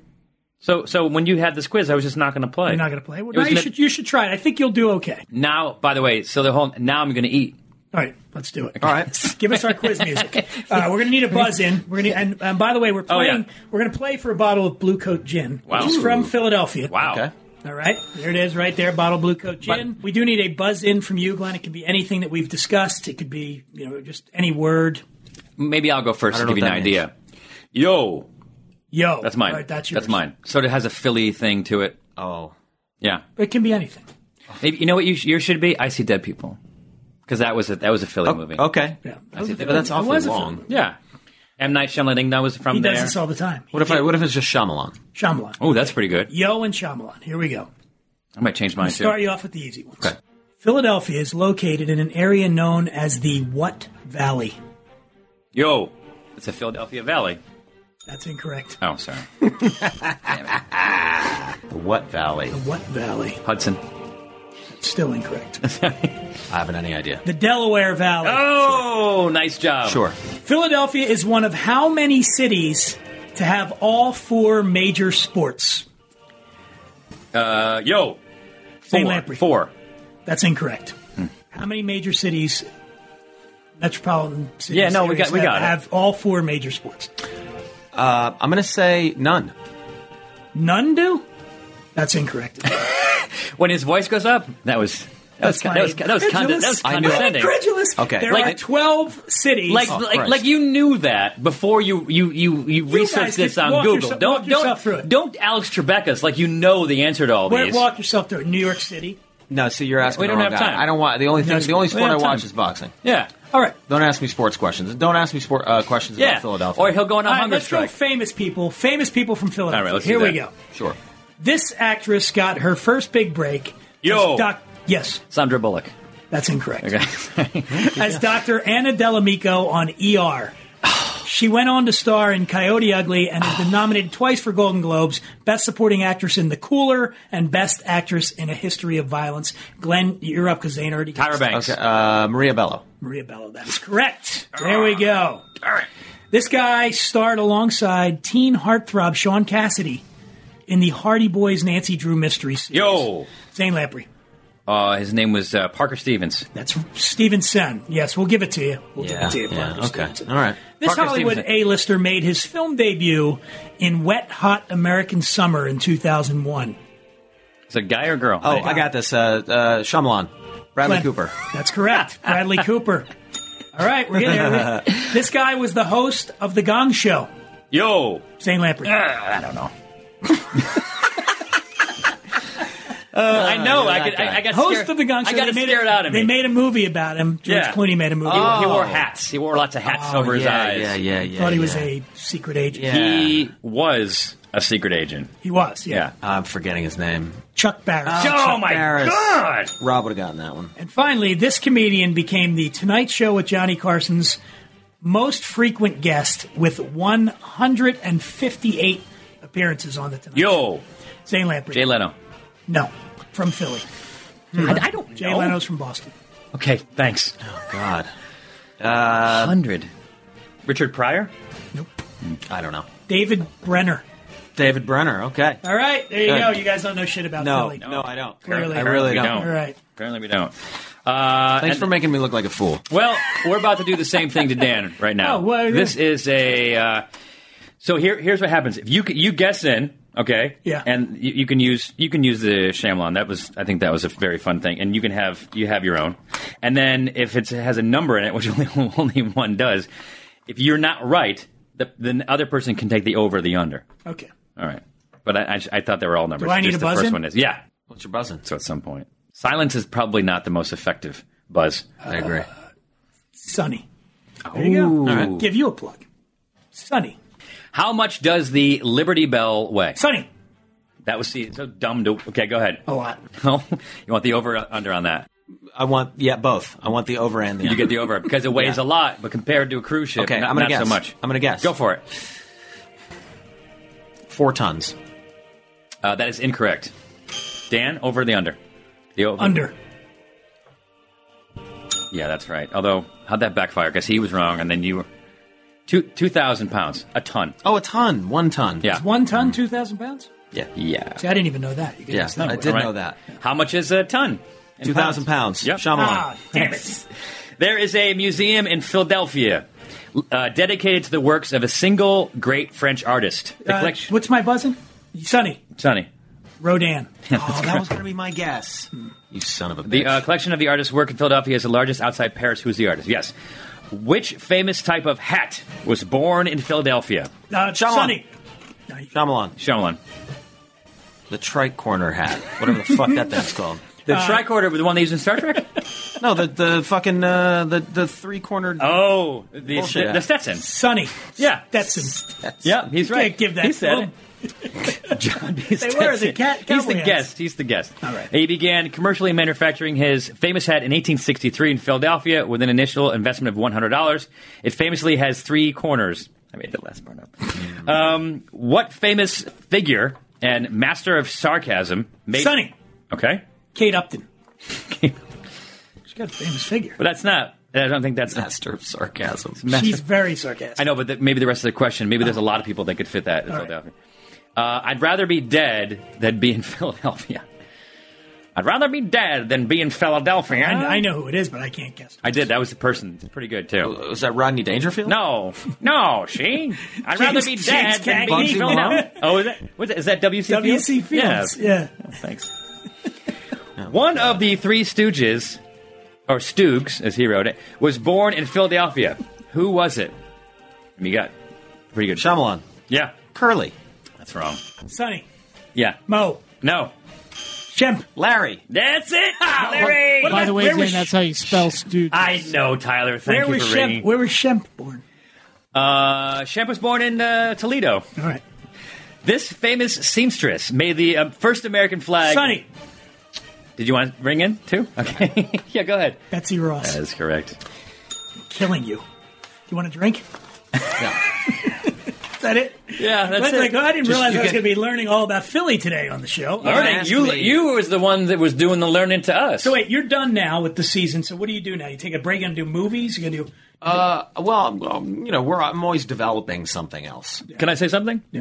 Speaker 1: so so when you had this quiz, I was just not going to play.
Speaker 9: You're not going to play. Well,
Speaker 1: It
Speaker 9: now
Speaker 1: was
Speaker 9: you
Speaker 1: gonna-
Speaker 9: should you should try it. I think you'll do okay.
Speaker 1: Now, by the way, so the whole now I'm going to eat.
Speaker 9: All right, let's do it.
Speaker 1: All right,
Speaker 9: Give us our quiz music. Uh, we're going to need a buzz in. We're going to and, and by the way, we're
Speaker 1: Oh, yeah.
Speaker 9: playing. We're going to play for a bottle of Blue Coat Gin,
Speaker 1: Wow.
Speaker 9: which is from
Speaker 1: Ooh.
Speaker 9: Philadelphia.
Speaker 1: Wow.
Speaker 9: All right, there it is, right there, bottle Blue Coat Gin. we do need a buzz in from you, Glenn. It could be anything that we've discussed. It could be you know just any word.
Speaker 1: maybe I'll go first
Speaker 9: I
Speaker 1: to
Speaker 9: don't
Speaker 1: give you
Speaker 9: know
Speaker 1: an
Speaker 9: what that
Speaker 1: idea. Yo,
Speaker 9: Yo,
Speaker 1: that's mine.
Speaker 9: All right, that's yours.
Speaker 1: That's mine. So it has a Philly thing to it.
Speaker 2: Oh,
Speaker 1: yeah.
Speaker 9: It can be anything.
Speaker 1: Maybe you know what you, sh- yours should be. I see dead people because that was a, that was a
Speaker 9: Oh,
Speaker 1: Philly movie.
Speaker 2: Oh, Okay,
Speaker 9: yeah,
Speaker 1: I see
Speaker 9: That was
Speaker 1: dead
Speaker 9: a
Speaker 1: People.
Speaker 9: Philly- that was a Philly.
Speaker 1: Yeah, M Night Shyamalan. That was from
Speaker 9: he
Speaker 1: there.
Speaker 9: does this all the time.
Speaker 2: What if I what if it's just Shyamalan?
Speaker 9: Shyamalan.
Speaker 1: Oh, that's pretty good.
Speaker 9: Yo and Shyamalan. Here we go.
Speaker 1: I might change mine
Speaker 9: I'll
Speaker 1: too.
Speaker 9: start you off with the easy ones.
Speaker 1: Okay.
Speaker 9: Philadelphia is located in an area known as the What Valley?
Speaker 1: Yo, it's a Philadelphia Valley.
Speaker 9: That's incorrect.
Speaker 1: Oh, sorry.
Speaker 2: The what valley? The
Speaker 9: what valley?
Speaker 1: Hudson.
Speaker 9: Still incorrect.
Speaker 2: I haven't any idea.
Speaker 9: The Delaware Valley.
Speaker 1: Oh, nice job.
Speaker 2: Sure.
Speaker 9: Philadelphia is one of how many cities to have all four major sports?
Speaker 1: Uh, yo,
Speaker 9: Saint
Speaker 1: four,
Speaker 9: Lamprey.
Speaker 1: four.
Speaker 9: That's incorrect.
Speaker 2: Hmm.
Speaker 9: How many major cities, metropolitan cities,
Speaker 2: Yeah, no, we
Speaker 9: areas
Speaker 2: got- we
Speaker 9: have,
Speaker 2: got it.
Speaker 9: have all four major sports?
Speaker 2: Uh, I'm going to say none.
Speaker 9: None do? That's incorrect.
Speaker 1: When his voice goes up, that was that was
Speaker 9: That's
Speaker 1: con- that was
Speaker 9: fine.
Speaker 1: that was, con- that
Speaker 9: Incredulous.
Speaker 1: was
Speaker 9: I know.
Speaker 1: condescending. Oh,
Speaker 9: Incredulous. There
Speaker 1: like
Speaker 9: are 12 cities.
Speaker 1: like like, like you knew that before you you you, you
Speaker 9: guys
Speaker 1: researched this
Speaker 9: just
Speaker 1: on
Speaker 9: walk
Speaker 1: Google.
Speaker 9: yourse-
Speaker 1: don't
Speaker 9: walk yourself
Speaker 1: don't don't Alex Trebek's like you know the answer to all
Speaker 9: Wait,
Speaker 1: these.
Speaker 9: walk yourself through it. New York City.
Speaker 2: No, so you're asking.
Speaker 1: We
Speaker 2: the
Speaker 1: don't
Speaker 2: wrong
Speaker 1: have
Speaker 2: guy.
Speaker 1: time.
Speaker 2: I don't want the only
Speaker 1: No,
Speaker 2: thing.
Speaker 1: it's-
Speaker 2: the only
Speaker 1: we
Speaker 2: sport
Speaker 1: don't
Speaker 2: I
Speaker 1: have
Speaker 2: watch
Speaker 1: time.
Speaker 2: is boxing.
Speaker 1: Yeah.
Speaker 9: All right.
Speaker 2: Don't ask me sports questions. Don't ask me sport uh, questions
Speaker 9: Yeah.
Speaker 2: about Philadelphia.
Speaker 1: Or he'll go on a
Speaker 9: All right,
Speaker 1: hunger
Speaker 9: let's
Speaker 1: strike.
Speaker 9: go famous people. Famous people from Philadelphia.
Speaker 1: All right, let's do
Speaker 9: Here we
Speaker 1: that.
Speaker 9: go.
Speaker 2: Sure.
Speaker 9: This actress got her first big break.
Speaker 1: Yo.
Speaker 9: As doc- yes.
Speaker 1: Sandra Bullock.
Speaker 9: That's incorrect.
Speaker 1: Okay.
Speaker 9: as Dr. Anna Delamico on ER. E She went on to star in Coyote Ugly and has been nominated twice for Golden Globes, Best Supporting Actress in The Cooler, and Best Actress in a History of Violence. Glenn, you're up because Zane already. got it.
Speaker 2: Okay, uh, Maria Bello.
Speaker 9: Maria Bello. That is correct. There we go. All right. This guy starred alongside teen heartthrob Sean Cassidy in the Hardy Boys Nancy Drew mystery series.
Speaker 1: Yo.
Speaker 9: Zane Lamprey.
Speaker 1: Uh, his name was uh, Parker Stevens.
Speaker 9: That's Steven Sen. Yes, we'll give it to you. We'll give it to you. Parker Stevenson.
Speaker 1: All right.
Speaker 9: This Hollywood A-lister made his film debut in Wet Hot American Summer in 2001.
Speaker 1: It's a guy or girl?
Speaker 2: Oh, I got this. Uh, uh, Shyamalan. Bradley
Speaker 9: Glenn.
Speaker 2: Cooper.
Speaker 9: That's correct. Bradley Cooper. All right, we're getting there. This guy was the host of The Gong Show.
Speaker 1: Yo.
Speaker 9: Zane Lamprey.
Speaker 1: I don't know.
Speaker 2: Uh,
Speaker 1: I know. I, could, I, I got
Speaker 9: host
Speaker 1: scared.
Speaker 9: of the Gong Show.
Speaker 1: I got
Speaker 9: they
Speaker 1: it
Speaker 9: made
Speaker 1: scared
Speaker 9: a,
Speaker 1: out of me.
Speaker 9: They made a movie about him. George
Speaker 1: Yeah. Oh.
Speaker 9: Clooney made a movie.
Speaker 1: He, he wore hats. He wore lots of hats over his
Speaker 2: Oh. yeah,
Speaker 1: eyes.
Speaker 2: yeah, yeah, yeah,
Speaker 9: Thought he was a secret agent.
Speaker 1: He was a secret agent.
Speaker 9: He was. Yeah.
Speaker 2: I'm forgetting his name.
Speaker 9: Chuck Barris.
Speaker 2: Oh, Chuck Barris. Rob would have gotten that one.
Speaker 9: And finally, this comedian became the Tonight Show with Johnny Carson's most frequent guest with 158 appearances on the Tonight.
Speaker 1: Yo.
Speaker 9: Zane Lamprey.
Speaker 1: Jay Leno.
Speaker 9: No, from Philly. Hmm.
Speaker 1: I- I don't
Speaker 9: Jay
Speaker 1: know.
Speaker 9: Leno's from Boston.
Speaker 1: Okay, thanks.
Speaker 2: Oh, God. Uh,
Speaker 1: 100. Richard Pryor?
Speaker 2: Nope. I don't know.
Speaker 9: David Brenner.
Speaker 2: David Brenner. Okay.
Speaker 9: All right, there you
Speaker 2: Good.
Speaker 9: go. You guys don't know shit about
Speaker 2: No,
Speaker 9: Philly.
Speaker 2: no, I don't.
Speaker 9: Clearly,
Speaker 2: I really don't.
Speaker 9: All right.
Speaker 1: Apparently we don't. Uh,
Speaker 2: Thanks
Speaker 1: and-
Speaker 2: for making me look like a fool.
Speaker 1: Well, we're about to do the same thing to Dan right now.
Speaker 2: Oh, well,
Speaker 1: this is a. Uh, so here, here's what happens. If you c- you guess in, okay,
Speaker 9: Yeah.
Speaker 1: and you, you can use you can use the Shyamalan. That was I think that was a very fun thing, and you can have you have your own. And then if it's, it has a number in it, which only only one does, if you're not right, the the other person can take the over or the under.
Speaker 9: Okay.
Speaker 1: All right, but I, I, sh- I thought they were all numbers.
Speaker 9: Do I need
Speaker 1: Just
Speaker 9: a
Speaker 1: the
Speaker 9: buzz
Speaker 1: first
Speaker 9: in?
Speaker 1: one is yeah.
Speaker 2: What's your buzzing?
Speaker 1: So at some point, silence is probably not the most effective buzz.
Speaker 2: I agree.
Speaker 9: Sonny. There you go.
Speaker 1: All right.
Speaker 9: Give you a plug. Sonny.
Speaker 1: How much does the Liberty Bell weigh?
Speaker 9: Sonny.
Speaker 1: That was see, so dumb to. Okay, go ahead.
Speaker 9: A lot.
Speaker 1: No, you want the over or under on that?
Speaker 2: I want, yeah, both. I want the over and the
Speaker 1: You get the over because it weighs a lot, but compared to a cruise ship,
Speaker 2: Okay,
Speaker 1: not,
Speaker 2: I'm gonna
Speaker 1: not
Speaker 2: guess.
Speaker 1: so much.
Speaker 2: I'm gonna guess.
Speaker 1: Go for it.
Speaker 2: Four tons.
Speaker 1: Uh, that is incorrect. Dan, over or the under? The over.
Speaker 9: Under.
Speaker 1: Yeah, that's right. Although how'd that backfire? Because he was wrong, and then you were two two thousand pounds, a ton.
Speaker 2: Oh, a ton. One ton.
Speaker 1: Yeah,
Speaker 9: One ton, 2,000 pounds?
Speaker 2: Yeah.
Speaker 1: yeah.
Speaker 9: See, I didn't even know that. You guys
Speaker 2: Yeah,
Speaker 9: know
Speaker 2: I
Speaker 9: that.
Speaker 2: did
Speaker 1: All right.
Speaker 2: know that.
Speaker 1: How much is a ton? in
Speaker 2: 2,000 pounds.
Speaker 1: Yep.
Speaker 2: Shyamalan.
Speaker 9: Ah, damn it.
Speaker 1: There is a museum in Philadelphia uh, dedicated to the works of a single great French artist. The
Speaker 9: Uh,
Speaker 1: collection.
Speaker 9: what's my buzzing? Sonny.
Speaker 1: Sonny.
Speaker 9: Rodan.
Speaker 2: Oh, that was going to be my guess. You son of a bitch.
Speaker 1: The uh, collection of the artist's work in Philadelphia is the largest outside Paris. Who's the artist? Yes. Which famous type of hat was born in Philadelphia?
Speaker 9: Uh, Sonny.
Speaker 2: Shyamalan.
Speaker 1: Shyamalan.
Speaker 2: The tricorner hat. Whatever the fuck that thing's called.
Speaker 1: The tricorder, the one they use in Star Trek?
Speaker 2: No, the, the fucking, uh, the, the three-cornered...
Speaker 1: oh, the,
Speaker 2: Bullshit.
Speaker 1: the Stetson.
Speaker 9: Sonny.
Speaker 1: Yeah.
Speaker 9: Stetson.
Speaker 1: Yeah, he's right.
Speaker 9: Can't give that
Speaker 1: He said
Speaker 9: to
Speaker 1: it.
Speaker 9: him.
Speaker 1: John B.
Speaker 9: They were the
Speaker 1: Stetson.
Speaker 9: cat-
Speaker 1: He's
Speaker 9: cowboy
Speaker 1: the
Speaker 9: hats.
Speaker 1: guest. He's the guest.
Speaker 9: All right.
Speaker 1: He began commercially manufacturing his famous hat in 1863 in Philadelphia with an initial investment of $100. It famously has three corners. I made that last part up.
Speaker 9: Mm.
Speaker 1: um, what famous figure and master of sarcasm made.
Speaker 9: Sonny.
Speaker 1: Okay.
Speaker 9: Kate Upton. She's got a famous figure.
Speaker 1: But that's not. I don't think that's.
Speaker 2: Master of sarcasm.
Speaker 9: She's very sarcastic.
Speaker 1: I know, but th- maybe the rest of the question, maybe there's a lot of people that could fit that in
Speaker 9: All right.
Speaker 1: Philadelphia. Uh, I'd rather be dead than be in Philadelphia. I'd rather be dead than be in Philadelphia.
Speaker 9: I, I know who it is, but I can't guess.
Speaker 1: I did. That was the person. It's pretty good, too.
Speaker 2: Was that Rodney Dangerfield?
Speaker 1: No, no, she. I'd rather be
Speaker 9: James
Speaker 1: dead than be in
Speaker 9: Cagney.
Speaker 1: Philadelphia. Oh, is that, what's that, is that W.C. Fields?
Speaker 9: W.C. Fields. Oh,
Speaker 1: Yeah.
Speaker 9: Yeah.
Speaker 1: Thanks. One of the three Stooges, or Stoogs, as he wrote it, was born in Philadelphia. Who was it? You got pretty good.
Speaker 2: Shyamalan.
Speaker 1: Yeah,
Speaker 2: Curly.
Speaker 1: that's wrong.
Speaker 9: Sonny.
Speaker 1: Yeah.
Speaker 9: Mo.
Speaker 1: No.
Speaker 9: Shemp.
Speaker 2: Larry.
Speaker 1: That's it,
Speaker 9: Ah,
Speaker 1: Larry.
Speaker 9: What
Speaker 11: By
Speaker 9: about-
Speaker 11: the way,
Speaker 9: where
Speaker 11: Zane,
Speaker 9: was
Speaker 11: that's how you spell Stooges.
Speaker 1: I know, Tyler. Thank
Speaker 9: Where
Speaker 1: you
Speaker 9: was
Speaker 1: for
Speaker 9: Shemp?
Speaker 1: ringing.
Speaker 9: Where was Shemp born?
Speaker 1: Uh, Shemp was born in uh, Toledo.
Speaker 9: All right.
Speaker 1: This famous seamstress made the uh, first American flag.
Speaker 9: Sonny.
Speaker 1: Did you want to ring in too? Okay. yeah, go ahead.
Speaker 9: Betsy Ross.
Speaker 1: That is correct.
Speaker 9: Killing you. You want a drink? Is that it?
Speaker 1: Yeah, that's it.
Speaker 9: like, oh, I didn't
Speaker 1: Just-
Speaker 9: realize
Speaker 1: you
Speaker 9: I was
Speaker 1: can-
Speaker 9: going to be learning all about Philly today on the show.
Speaker 1: Learning you, you was the one that was doing the learning to us.
Speaker 9: So wait, you're done now with the season. So what do you do now? You take a break and do movies. You gonna do?
Speaker 2: Uh, well, um, you know, we're I'm always developing something else.
Speaker 1: Can I say something? Uh,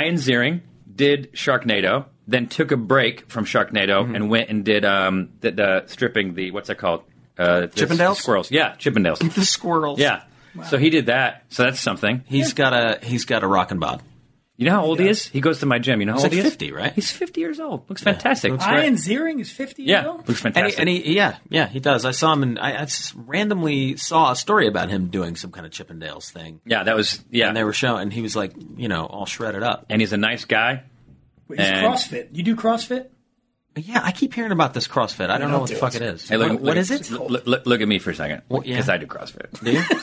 Speaker 1: Ian Ziering did Sharknado, then took a break from Sharknado
Speaker 9: Mm-hmm.
Speaker 1: and went and did um, the, the stripping the what's that called? Uh, the
Speaker 2: Chippendales?
Speaker 1: squirrels. Yeah, Chippendales.
Speaker 2: the squirrels.
Speaker 1: Yeah. So he did that. So that's something.
Speaker 2: He's got a he's got a rock and bod.
Speaker 1: You know how old he is? He goes to my gym. You know how
Speaker 2: He's
Speaker 1: old
Speaker 2: like
Speaker 1: he is?
Speaker 2: 50, right?
Speaker 1: He's 50 years old. Looks fantastic.
Speaker 9: Ian Ziering is fifty. years
Speaker 1: Yeah,
Speaker 9: old?
Speaker 1: looks fantastic.
Speaker 2: And he, and he, yeah, yeah, he does. I saw him, and I, I just randomly saw a story about him doing some kind of Chippendales thing.
Speaker 1: Yeah, that was yeah.
Speaker 2: And they were showing, and he was like, you know, all shredded up.
Speaker 1: And he's a nice guy.
Speaker 9: Wait, he's CrossFit. You do CrossFit?
Speaker 2: Yeah, I keep hearing about this CrossFit. I don't know
Speaker 9: don't
Speaker 2: what the
Speaker 9: do
Speaker 2: fuck
Speaker 9: it.
Speaker 2: it is.
Speaker 1: Hey, look,
Speaker 2: What-
Speaker 1: look
Speaker 2: what
Speaker 1: at-
Speaker 2: is it?
Speaker 1: Look, look, look at me for a second. Because
Speaker 2: yeah.
Speaker 1: I do CrossFit.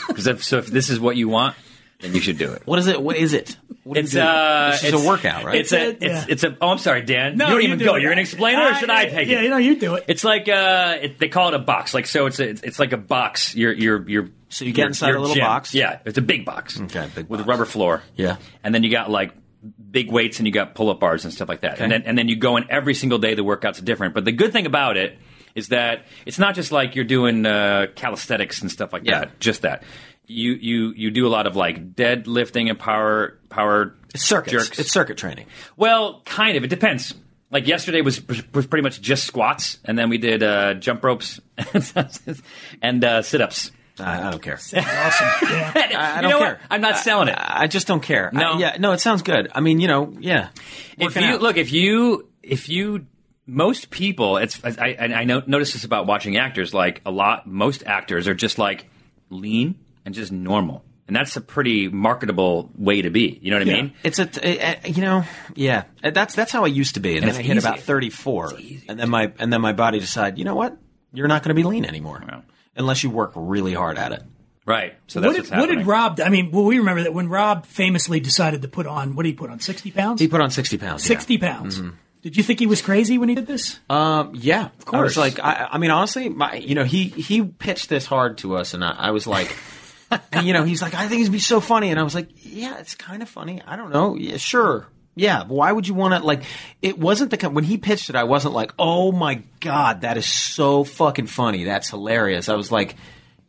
Speaker 1: Because if, so if this is what you want, then you should do it.
Speaker 2: What is it? What is it? What do you
Speaker 1: it's
Speaker 2: do?
Speaker 1: uh,
Speaker 2: This is a
Speaker 1: it's-
Speaker 2: workout, right?
Speaker 1: It's a, it's, it's a. Oh, I'm sorry, Dan.
Speaker 2: No,
Speaker 1: you don't
Speaker 2: you
Speaker 1: even
Speaker 2: do
Speaker 1: go.
Speaker 2: it.
Speaker 1: You're an explainer, or should I take
Speaker 9: yeah,
Speaker 1: it?
Speaker 9: you know, you do it.
Speaker 1: It's like uh, it, they call it a box. Like so, it's a, it's, it's like a box. You're you're you're. So
Speaker 2: you get inside a little box?
Speaker 1: Yeah, it's a big box. Okay, big with a rubber floor.
Speaker 2: Yeah.
Speaker 1: and then you got like big weights and you got pull up bars and stuff like that. And
Speaker 2: Okay.
Speaker 1: then and then you go in every single day. The workout's different. But the good thing about it is that it's not just like you're doing uh, calisthenics and stuff like that. Just that. You, you you do a lot of like deadlifting and power power it's
Speaker 2: circuits.
Speaker 1: jerks.
Speaker 2: It's circuit training.
Speaker 1: Well, kind of. It depends. Like yesterday was was pretty much just squats, and then we did uh, jump ropes and uh, sit ups.
Speaker 2: I don't care.
Speaker 1: I,
Speaker 2: I
Speaker 1: you
Speaker 2: don't
Speaker 1: know
Speaker 2: care.
Speaker 1: what? I'm not selling it.
Speaker 2: I just don't care.
Speaker 1: No.
Speaker 2: I- yeah, no, it sounds good. I mean, you know, yeah.
Speaker 1: if
Speaker 2: Working
Speaker 1: you
Speaker 2: out.
Speaker 1: look, if you if you most people, it's I I, I know, notice this about watching actors. Like a lot, most actors are just like lean and just normal, and that's a pretty marketable way to be. You know what I mean?
Speaker 2: It's a, t- uh, uh, you know, yeah. Uh, That's that's how I used to be, and,
Speaker 1: And
Speaker 2: then I
Speaker 1: it's
Speaker 2: hit about
Speaker 1: easier.
Speaker 2: thirty four, and then my and then my body decided, you know what, you're not going to be lean anymore unless you work really hard at it.
Speaker 1: Right. So
Speaker 9: what, did, what did Rob? I mean, well, we remember that when Rob famously decided to put on what did he put on sixty pounds?
Speaker 2: he put on sixty pounds. yeah.
Speaker 9: Sixty pounds.
Speaker 1: Mm-hmm.
Speaker 9: Did you think he was crazy when he did this?
Speaker 2: Um, yeah, of I
Speaker 9: course.
Speaker 2: was like, I, I mean, honestly, my, you know, he he pitched this hard to us, and I, I was like, and you know, he's like, I think it'd be so funny, and I was like, yeah, it's kind of funny. I don't know. Yeah, sure. Yeah, but why would you want to like? It wasn't the kind- when he pitched it. I wasn't like, oh my god, that is so fucking funny. That's hilarious. I was like,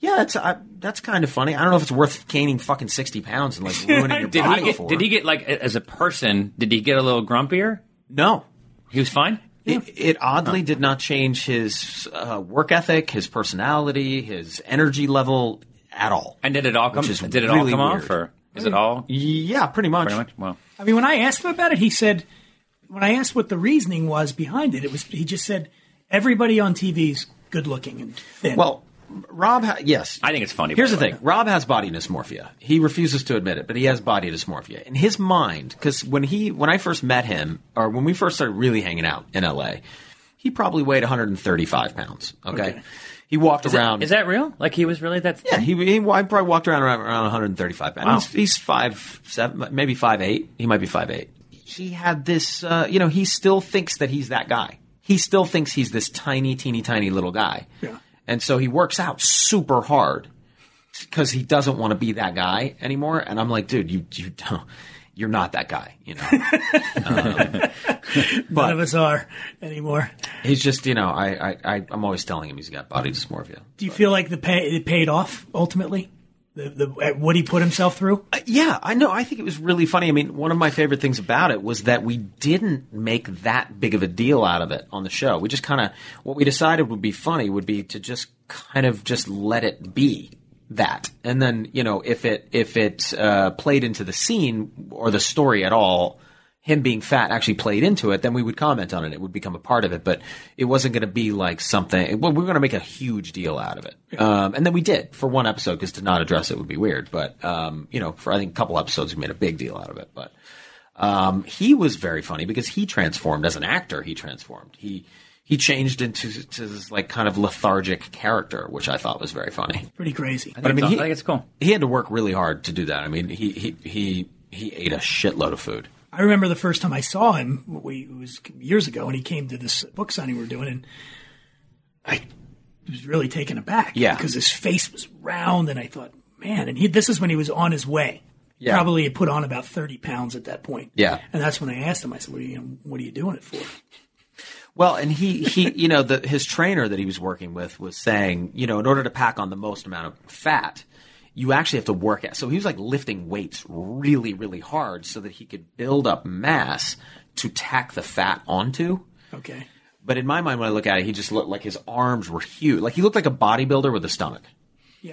Speaker 2: yeah, that's I, that's kind of funny. I don't know if it's worth gaining fucking sixty pounds and like ruining your
Speaker 1: did
Speaker 2: body
Speaker 1: he get,
Speaker 2: for.
Speaker 1: Did he get like a- as a person? Did he get a little grumpier?
Speaker 2: No,
Speaker 1: he was fine.
Speaker 2: It, it oddly did not change his uh, work ethic, his personality, his energy level at all.
Speaker 1: And did it all come?
Speaker 2: Which is
Speaker 1: Did it all
Speaker 2: really
Speaker 1: come
Speaker 2: weird.
Speaker 1: off? Or is it all?
Speaker 2: Yeah, pretty much.
Speaker 1: Pretty much. Well, hmm.
Speaker 9: I mean, when I asked him about it, he said, when I asked what the reasoning was behind it, it was he just said everybody on TV's good looking and thin.
Speaker 2: Well, Rob, ha- yes,
Speaker 1: I think it's funny.
Speaker 2: Here's the thing: Rob has body dysmorphia. He refuses to admit it, but he has body dysmorphia in his mind. Because when he, when I first met him, or when we first started really hanging out in L.A., he probably weighed 135 pounds. Okay,
Speaker 1: Okay.
Speaker 2: he walked
Speaker 1: Is that-
Speaker 2: around.
Speaker 1: is that real? Like he was really that?
Speaker 2: Yeah, he, he well, I probably walked around around, around 135 pounds.
Speaker 1: Wow.
Speaker 2: He's, he's five seven, maybe five eight. He might be five eight. He had this, uh, you know, he still thinks that he's that guy. He still thinks he's this tiny, teeny, tiny little guy,
Speaker 9: yeah.
Speaker 2: and so he works out super hard because he doesn't want to be that guy anymore. And I'm like, dude, you you don't, you're not that guy, you know. um,
Speaker 9: None of
Speaker 2: but
Speaker 9: us are anymore.
Speaker 2: he's just, you know, I, I, I I'm always telling him he's got body dysmorphia.
Speaker 9: Do you feel like the pay it paid off ultimately? The, the at what he put himself through.
Speaker 2: Uh, yeah, I know. I think it was really funny. I mean, one of my favorite things about it was that we didn't make that big of a deal out of it on the show. We just kind of what we decided would be funny would be to just kind of just let it be that, and then you know if it if it uh, played into the scene or the story at all. Him being fat actually played into it, then we would comment on it. It would become a part of it, but it wasn't going to be like something. Well, we were going to make a huge deal out of it. Um, and then we did for one episode because to not address it would be weird. But um, you know, for I think a couple episodes we made a big deal out of it. But um, he was very funny because he transformed as an actor. He transformed. He he changed into to this like kind of lethargic character, which I thought was very funny.
Speaker 9: Pretty crazy.
Speaker 2: But I mean, he,
Speaker 1: it's cool.
Speaker 2: He had to work really hard to do that. I mean, he he he he ate a shitload of food.
Speaker 9: I remember the first time I saw him. We it was years ago, and he came to this book signing we were doing, and I was really taken aback.
Speaker 2: Yeah.
Speaker 9: because his face was round, and I thought, man, and he this is when he was on his way.
Speaker 2: Yeah.
Speaker 9: Probably had put on about thirty pounds at that point.
Speaker 2: Yeah.
Speaker 9: And that's when I asked him. I said, "What are you? What are you doing it for?"
Speaker 2: Well, and he, he you know, the, his trainer that he was working with was saying, you know, in order to pack on the most amount of fat, you actually have to work at. So he was like lifting weights really, really hard so that he could build up mass to tack the fat onto.
Speaker 9: Okay.
Speaker 2: But in my mind, when I look at it, he just looked like his arms were huge. Like he looked like a bodybuilder with a stomach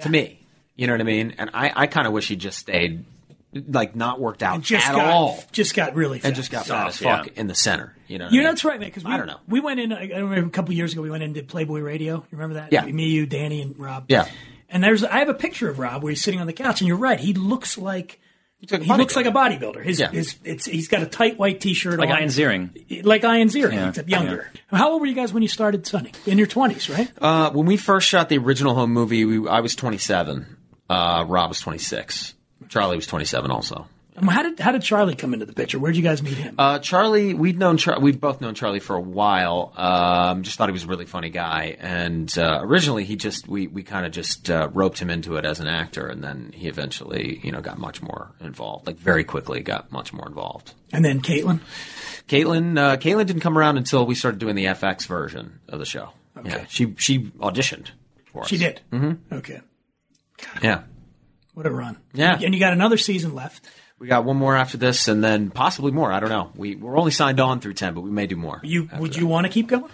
Speaker 2: to me. You know what I mean? And I, I kind of wish he just stayed, like, not worked out
Speaker 9: Just
Speaker 2: Oh, at
Speaker 9: got
Speaker 2: all.
Speaker 9: just got really fat.
Speaker 2: And just got fat as
Speaker 9: Yeah.
Speaker 2: fuck in the center. You know what I
Speaker 9: You
Speaker 2: mean?
Speaker 9: know, that's right, man. Because we,
Speaker 2: I don't know.
Speaker 9: we went in. I I remember a couple years ago, we went in and did Playboy Radio. You remember that?
Speaker 2: Yeah.
Speaker 9: Me, you, Danny, and Rob.
Speaker 2: Yeah.
Speaker 9: And there's, I have a picture of Rob where he's sitting on the couch, and you're right. He looks like
Speaker 2: like a
Speaker 9: he looks
Speaker 2: bodybuilder.
Speaker 9: like a bodybuilder. His,
Speaker 1: Yeah.
Speaker 9: his it's he's got a tight white t-shirt
Speaker 1: Like
Speaker 9: on.
Speaker 1: Ian Ziering.
Speaker 9: Like Ian Ziering,
Speaker 2: Yeah.
Speaker 9: except younger. How old were you guys when you started Sunny? In your twenties, right?
Speaker 2: Uh, when we first shot the original home movie, we, I was 27. Uh, Rob was 26. Charlie was 27 also.
Speaker 9: And Um, how did how did Charlie come into the picture? Where'd you guys meet him?
Speaker 2: Uh, Charlie, we'd known Char- we've both known Charlie for a while. Um, just thought he was a really funny guy, and uh, originally he just we we kind of just uh, roped him into it as an actor, and then he eventually you know got much more involved. Like very quickly got much more involved.
Speaker 9: And then Caitlin.
Speaker 2: Caitlin, uh, Caitlin didn't come around until we started doing the FX version of the show. Yeah, she she auditioned for us.
Speaker 9: She did.
Speaker 2: Mm-hmm.
Speaker 9: Okay.
Speaker 2: Yeah,
Speaker 9: What a run.
Speaker 2: Yeah.
Speaker 9: And you got another season left.
Speaker 2: we got one more after this, and then possibly more. I don't know. We we're only signed on through ten, but we may do more.
Speaker 9: You would you want to keep going?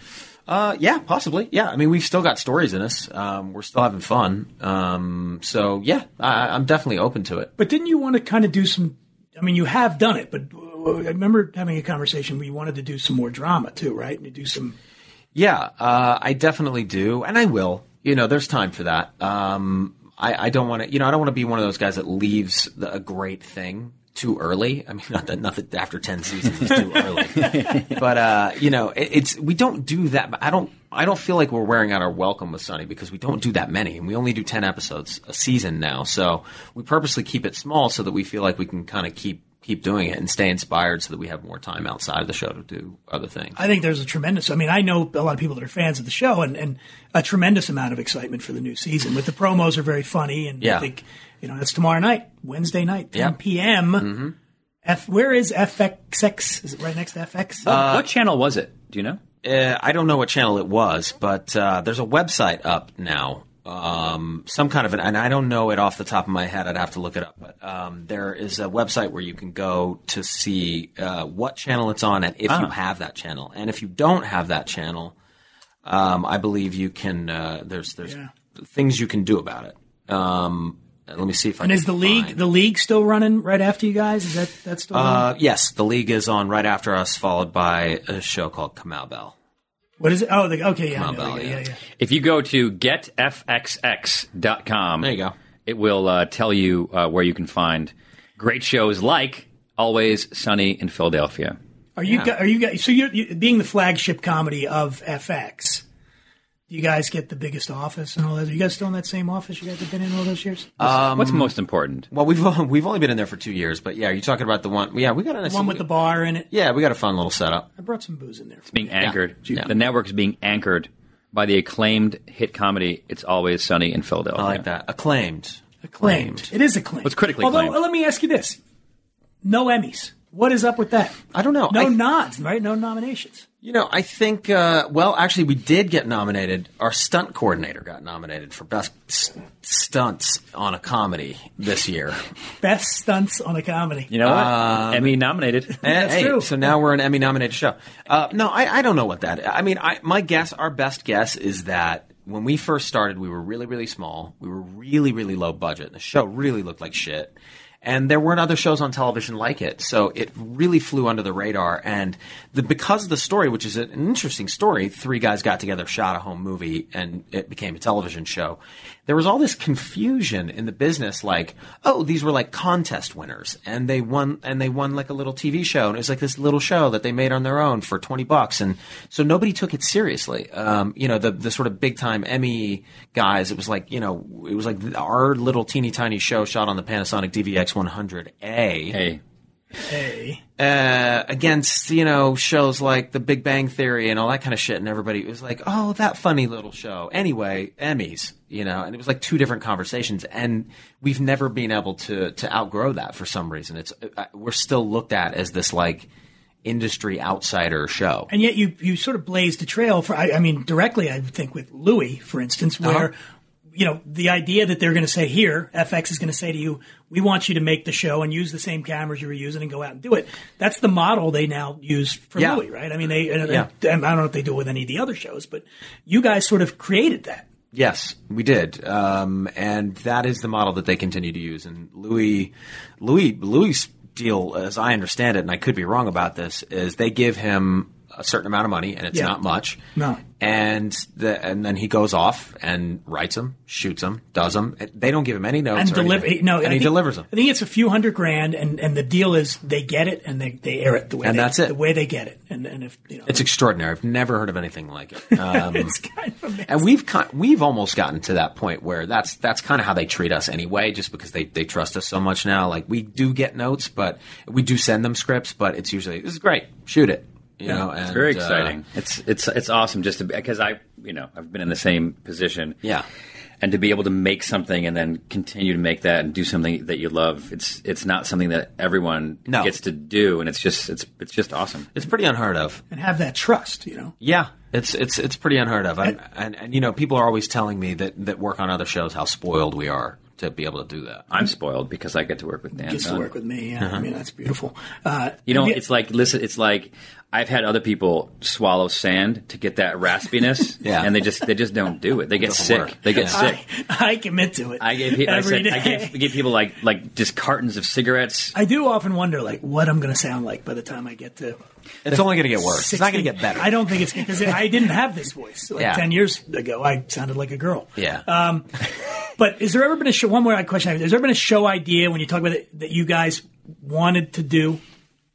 Speaker 2: Uh, yeah, possibly. Yeah, I mean, we've still got stories in us. Um, we're still having fun. Um, so yeah, I, I'm definitely open to it.
Speaker 9: But didn't you want to kind of do some? I mean, you have done it, but uh, I remember having a conversation where you wanted to do some more drama too, right? And you do some.
Speaker 2: Yeah, uh, I definitely do, and I will. You know, there's time for that. Um, I, I don't want to. You know, I don't want to be one of those guys that leaves the, a great thing too early. I mean, not that, not that after ten seasons is too early, but uh, you know, it, it's we don't do that. I don't. I don't feel like we're wearing out our welcome with Sunny because we don't do that many, and we only do ten episodes a season now. So we purposely keep it small so that we feel like we can kind of keep keep doing it and stay inspired so that we have more time outside of the show to do other things.
Speaker 9: I think there's a tremendous. I mean, I know a lot of people that are fans of the show, and, and a tremendous amount of excitement for the new season. But the promos are very funny, and
Speaker 2: Yeah.
Speaker 9: I think you know it's tomorrow night, Wednesday night, 10
Speaker 2: Yeah.
Speaker 9: p.m.
Speaker 2: Mm-hmm.
Speaker 9: F, where is FX? Is it right next to FX?
Speaker 2: what channel was it? Do you know? Uh, I don't know what channel it was, but uh, there's a website up now. Um, some kind of an, and I don't know it off the top of my head. I'd have to look it up. But um, there is a website where you can go to see uh, what channel it's on and if you
Speaker 1: Ah.
Speaker 2: have that channel. And if you don't have that channel, um, I believe you can. Uh, there's there's
Speaker 9: Yeah.
Speaker 2: things you can do about it. Um, let me see if I
Speaker 9: and
Speaker 2: can
Speaker 9: is the league the league still running right after you guys? Is that that's still?
Speaker 2: Uh,
Speaker 9: running?
Speaker 2: yes, the league is on right after us, followed by a show called Kamau Bell.
Speaker 9: what is it? Oh, the, okay, yeah, I
Speaker 2: Come on,
Speaker 9: know,
Speaker 2: Bella,
Speaker 9: yeah, yeah, yeah.
Speaker 1: If you go to getfxx.com, there you
Speaker 2: go.
Speaker 1: It will uh, tell you uh, where you can find great shows like Always Sunny in Philadelphia.
Speaker 9: Are you
Speaker 1: Yeah.
Speaker 9: gu- are you guys so you're, you being the flagship comedy of FX? Do you guys get the biggest office and all that? Are you guys still in that same office you guys have been in all those years?
Speaker 2: Uh, Um,
Speaker 1: what's most important?
Speaker 2: Well, we've we've only been in there for two years, but yeah, are you talking about the one? Yeah, we got a
Speaker 9: The
Speaker 2: nice
Speaker 9: one with the bar in it.
Speaker 2: yeah, we got a fun little setup.
Speaker 9: I brought some booze in there.
Speaker 1: It's being anchored. The network is being anchored by the acclaimed hit comedy It's Always Sunny in Philadelphia. I like
Speaker 2: that. Acclaimed.
Speaker 9: Acclaimed. It is acclaimed.
Speaker 1: What's critically
Speaker 9: Although,
Speaker 1: acclaimed?
Speaker 9: let me ask you this: No Emmys. What is up with that?
Speaker 2: I don't know.
Speaker 9: No
Speaker 2: I-
Speaker 9: nods, right? No nominations.
Speaker 2: You know, I think. Uh, well, actually, we did get nominated. Our stunt coordinator got nominated for best s- stunts on a comedy this year.
Speaker 9: Best stunts on a comedy.
Speaker 1: You know what?
Speaker 2: Um,
Speaker 1: Emmy nominated.
Speaker 9: That's
Speaker 2: hey,
Speaker 9: true.
Speaker 2: So now we're an Emmy nominated show. Uh, no, I, I don't know what that. I mean, I, my guess, our best guess is that when we first started, we were really, really small. We were really, really low budget. The show really looked like shit. And there weren't other shows on television like it, so it really flew under the radar. And the, because of the story, which is an interesting story, three guys got together, shot a home movie, and it became a television show. There was all this confusion in the business, like, oh, these were like contest winners, and they won, and they won like a little TV show, and it was like this little show that they made on their own for twenty bucks, and so nobody took it seriously. Um, you know, the the sort of big time Emmy guys, it was like, you know, it was like our little teeny tiny show shot on the Panasonic DVX one hundred A.
Speaker 9: Hey.
Speaker 2: uh, against you know shows like The Big Bang Theory and all that kind of shit, and everybody was like, "Oh, that funny little show." Anyway, Emmys, you know, and it was like two different conversations, and we've never been able to to outgrow that for some reason. It's uh, we're still looked at as this like industry outsider show.
Speaker 9: And yet you you sort of blazed a trail for I, I mean directly I think with Louis for instance
Speaker 2: Uh-huh.
Speaker 9: where you know the idea that they're going to say here FX is going to say to you we want you to make the show and use the same cameras you were using and go out and do it. That's the model they now use for
Speaker 2: Yeah.
Speaker 9: Louis, right? I mean they and-
Speaker 2: Yeah.
Speaker 9: and I don't know if they do it with any of the other shows, but you guys sort of created that.
Speaker 2: Yes, we did, um, and that is the model that they continue to use. And Louis, Louis, Louis' deal, as I understand it, and I could be wrong about this, is they give him a certain amount of money, and it's
Speaker 9: Yeah.
Speaker 2: not much.
Speaker 9: No.
Speaker 2: And the, and then he goes off and writes them, shoots them, does them. They don't give him any notes
Speaker 9: and
Speaker 2: or
Speaker 9: deliver
Speaker 2: anything.
Speaker 9: no
Speaker 2: and he
Speaker 9: I think-
Speaker 2: delivers them.
Speaker 9: I think it's a few hundred grand and and the deal is they get it and they they air it the way
Speaker 2: And
Speaker 9: they,
Speaker 2: that's it.
Speaker 9: the way they get it. And and if you know
Speaker 2: It's extraordinary. I've never heard of anything like it. Um,
Speaker 9: It's kind of amazing.
Speaker 2: and we've kind, we've almost gotten to that point where that's that's kind of how they treat us anyway, just because they, they trust us so much now. Like we do get notes, but we do send them scripts, but it's usually this is great, shoot it, you know.
Speaker 1: it's
Speaker 2: and,
Speaker 1: very
Speaker 2: uh,
Speaker 1: exciting. it's it's it's awesome just to because I you know I've been in the same position.
Speaker 2: Yeah.
Speaker 1: And to be able to make something and then continue to make that and do something that you love, it's it's not something that everyone
Speaker 9: No.
Speaker 1: gets to do, and it's just it's it's just awesome.
Speaker 2: It's pretty unheard of.
Speaker 9: and have that trust, you know.
Speaker 2: Yeah, it's it's it's pretty unheard of. And, and and you know, people are always telling me that that work on other shows how spoiled we are to be able to do that.
Speaker 1: I'm spoiled because I get to work with Dan.
Speaker 9: Gets to
Speaker 2: uh,
Speaker 1: Dunn.
Speaker 9: work with me.
Speaker 2: uh-huh.
Speaker 9: Yeah, I mean that's beautiful. Uh,
Speaker 1: You know,
Speaker 9: have
Speaker 1: it's like listen. It's like I've had other people swallow sand to get that raspiness,
Speaker 2: Yeah.
Speaker 1: and they just they just don't do it. They get
Speaker 2: doesn't
Speaker 1: sick.
Speaker 2: work.
Speaker 1: They get
Speaker 2: Yeah.
Speaker 1: sick.
Speaker 9: I, I commit to it.
Speaker 1: I gave people, I,
Speaker 9: every
Speaker 1: said, I
Speaker 9: day.
Speaker 1: gave, gave people like like just cartons of cigarettes.
Speaker 9: I do often wonder, like, what I'm going to sound like by the time I get to.
Speaker 2: It's only going to get worse. It's not going to
Speaker 9: 60.
Speaker 2: get better.
Speaker 9: I don't think it's because I didn't have this voice like
Speaker 2: Yeah.
Speaker 9: ten years ago. I sounded like a girl.
Speaker 2: Yeah.
Speaker 9: Um, but has there ever been a show? One more question: Has there ever been a show idea when you talk about it that you guys wanted to do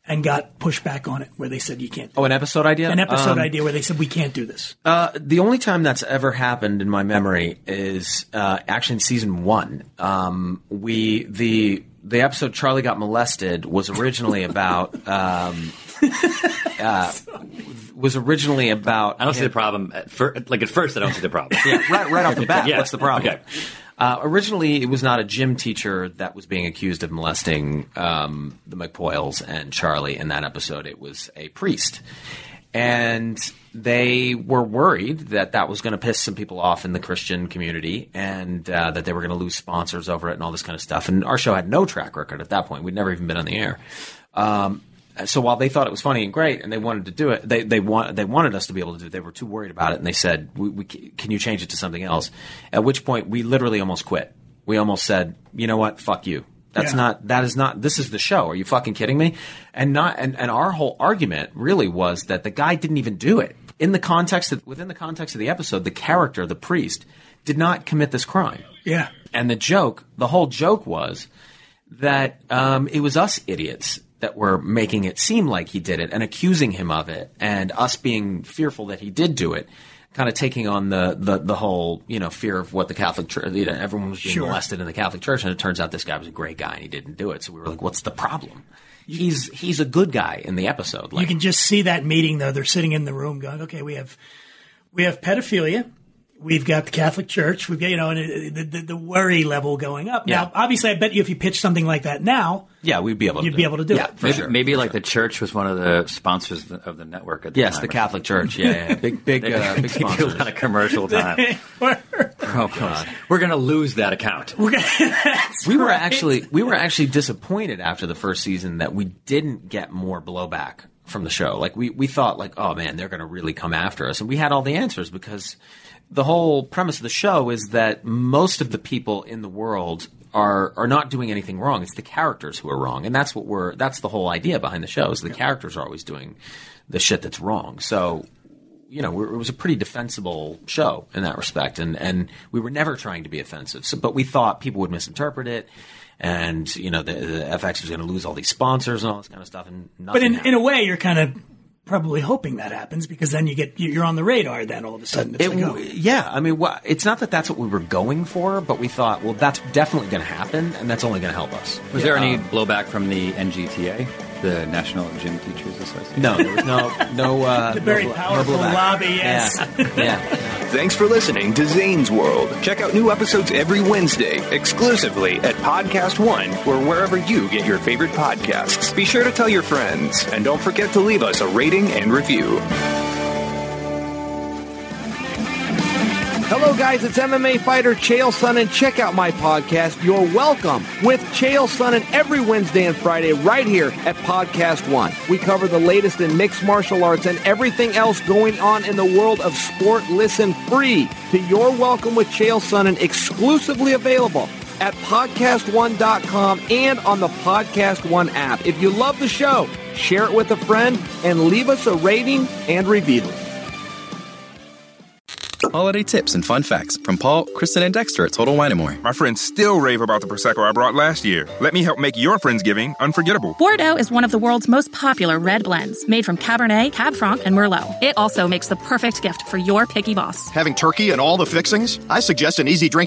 Speaker 9: and got pushback on it, where they said you can't?
Speaker 2: Oh, an episode idea.
Speaker 9: An episode
Speaker 2: Um,
Speaker 9: idea where they said we can't do this.
Speaker 2: Uh, the only time that's ever happened in my memory is uh, actually in season one. Um, we the the episode Charlie got molested was originally about um, uh, was originally about.
Speaker 1: I don't see the problem. At fir- like at first, I don't see the problem.
Speaker 2: yeah, right, right off the bat.
Speaker 1: Yeah.
Speaker 2: What's the problem?
Speaker 1: Okay.
Speaker 2: Uh, originally, it was not a gym teacher that was being accused of molesting um, the McPoyles and Charlie in that episode. It was a priest. And they were worried that that was going to piss some people off in the Christian community and uh, that they were going to lose sponsors over it and all this kind of stuff. And our show had no track record at that point. We'd never even been on the air. Um, so while they thought it was funny and great, and they wanted to do it, they they want they wanted us to be able to do. it. They were too worried about it, and they said, we, we, c- "Can you change it to something else?" At which point, we literally almost quit. We almost said, "You know what? Fuck you. That's
Speaker 11: Yeah.
Speaker 2: not. That is not. This is the show. Are you fucking kidding me?" And not. And, and our whole argument really was that the guy didn't even do it in the context of within the context of the episode. The character, the priest, did not commit this crime.
Speaker 9: Yeah.
Speaker 2: And the joke, the whole joke was that um, it was us idiots that were making it seem like he did it and accusing him of it, and us being fearful that he did do it, kind of taking on the the, the whole you know fear of what the Catholic Church, you know, everyone was being
Speaker 9: Sure.
Speaker 2: molested in the Catholic Church, and it turns out this guy was a great guy and he didn't do it. So we were like, what's the problem? He's he's a good guy in the episode. Like,
Speaker 9: you can just see that meeting though. They're sitting in the room going, "Okay, we have we have pedophilia, we've got the Catholic Church, we've got you know and uh, the, the, the worry level going up."
Speaker 1: Yeah.
Speaker 9: Now, obviously, I bet you if you pitch something like that now,
Speaker 2: yeah, we'd be able.
Speaker 9: you'd be able to do
Speaker 1: yeah,
Speaker 9: it.
Speaker 1: maybe, maybe like the church was one of the sponsors of the, of the network. At the
Speaker 2: Yes,
Speaker 1: time
Speaker 2: the
Speaker 1: or
Speaker 2: Catholic
Speaker 1: something.
Speaker 2: Church. Yeah, yeah, yeah. Big- big,
Speaker 1: They-
Speaker 2: uh, big
Speaker 1: they do
Speaker 2: sponsors.
Speaker 1: a lot of commercial time. oh God, we're gonna lose that account.
Speaker 2: we were actually we were actually disappointed after the first season that we didn't get more blowback from the show. Like we we thought like oh man they're going to really come after us and we had all the answers because the whole premise of the show is that most of the people in the world are are not doing anything wrong. It's the characters who are wrong and that's what we're that's the whole idea behind the show is the characters are always doing the shit that's wrong. So you know, we're- it was a pretty defensible show in that respect, and and we were never trying to be offensive. So, but we thought people would misinterpret it, and you know, the, the FX was going to lose all these sponsors and all this kind of stuff, and nothing.
Speaker 9: But in,
Speaker 2: happened.
Speaker 9: in a way, you're kind of probably hoping that happens because then you get you- you're on the radar. Then all of a sudden, it's
Speaker 2: It
Speaker 9: like,
Speaker 2: w-
Speaker 9: oh,
Speaker 2: yeah, I mean, wha- it's not that that's what we were going for, but we thought, well, that's definitely going to happen, and that's only going to help us.
Speaker 1: Was there
Speaker 2: Um,
Speaker 1: any blowback from the NGTA?
Speaker 14: the National Gym Teachers Association?
Speaker 15: No, there was no no. Uh,
Speaker 9: The very
Speaker 15: no bla- no
Speaker 9: powerful
Speaker 15: blowback.
Speaker 9: lobby, yes.
Speaker 15: Yeah. yeah.
Speaker 6: Thanks for listening to Zane's World. Check out new episodes every Wednesday, exclusively at Podcast One or wherever you get your favorite podcasts. Be sure to tell your friends, and don't forget to leave us a rating and review.
Speaker 2: Hello, guys. It's MMA fighter Chael Son, and check out my podcast, You're Welcome, with Chael Son, and every Wednesday and Friday right here at Podcast One. We cover the latest in mixed martial arts and everything else going on in the world of sport. Listen free to You're Welcome with Chael Son, and exclusively available at podcastone.com and on the Podcast One app. If you love the show, share it with a friend and leave us a rating and review.
Speaker 1: Holiday tips and fun facts from Paul, Kristen, and Dexter at Total Wine & More.
Speaker 4: My friends still rave about the Prosecco I brought last year. Let me help make your Friendsgiving unforgettable.
Speaker 5: Bordeaux is one of the world's most popular red blends, made from Cabernet, Cab Franc, and Merlot. It also makes the perfect gift for your picky boss.
Speaker 16: Having turkey and all the fixings? I suggest an easy drinking.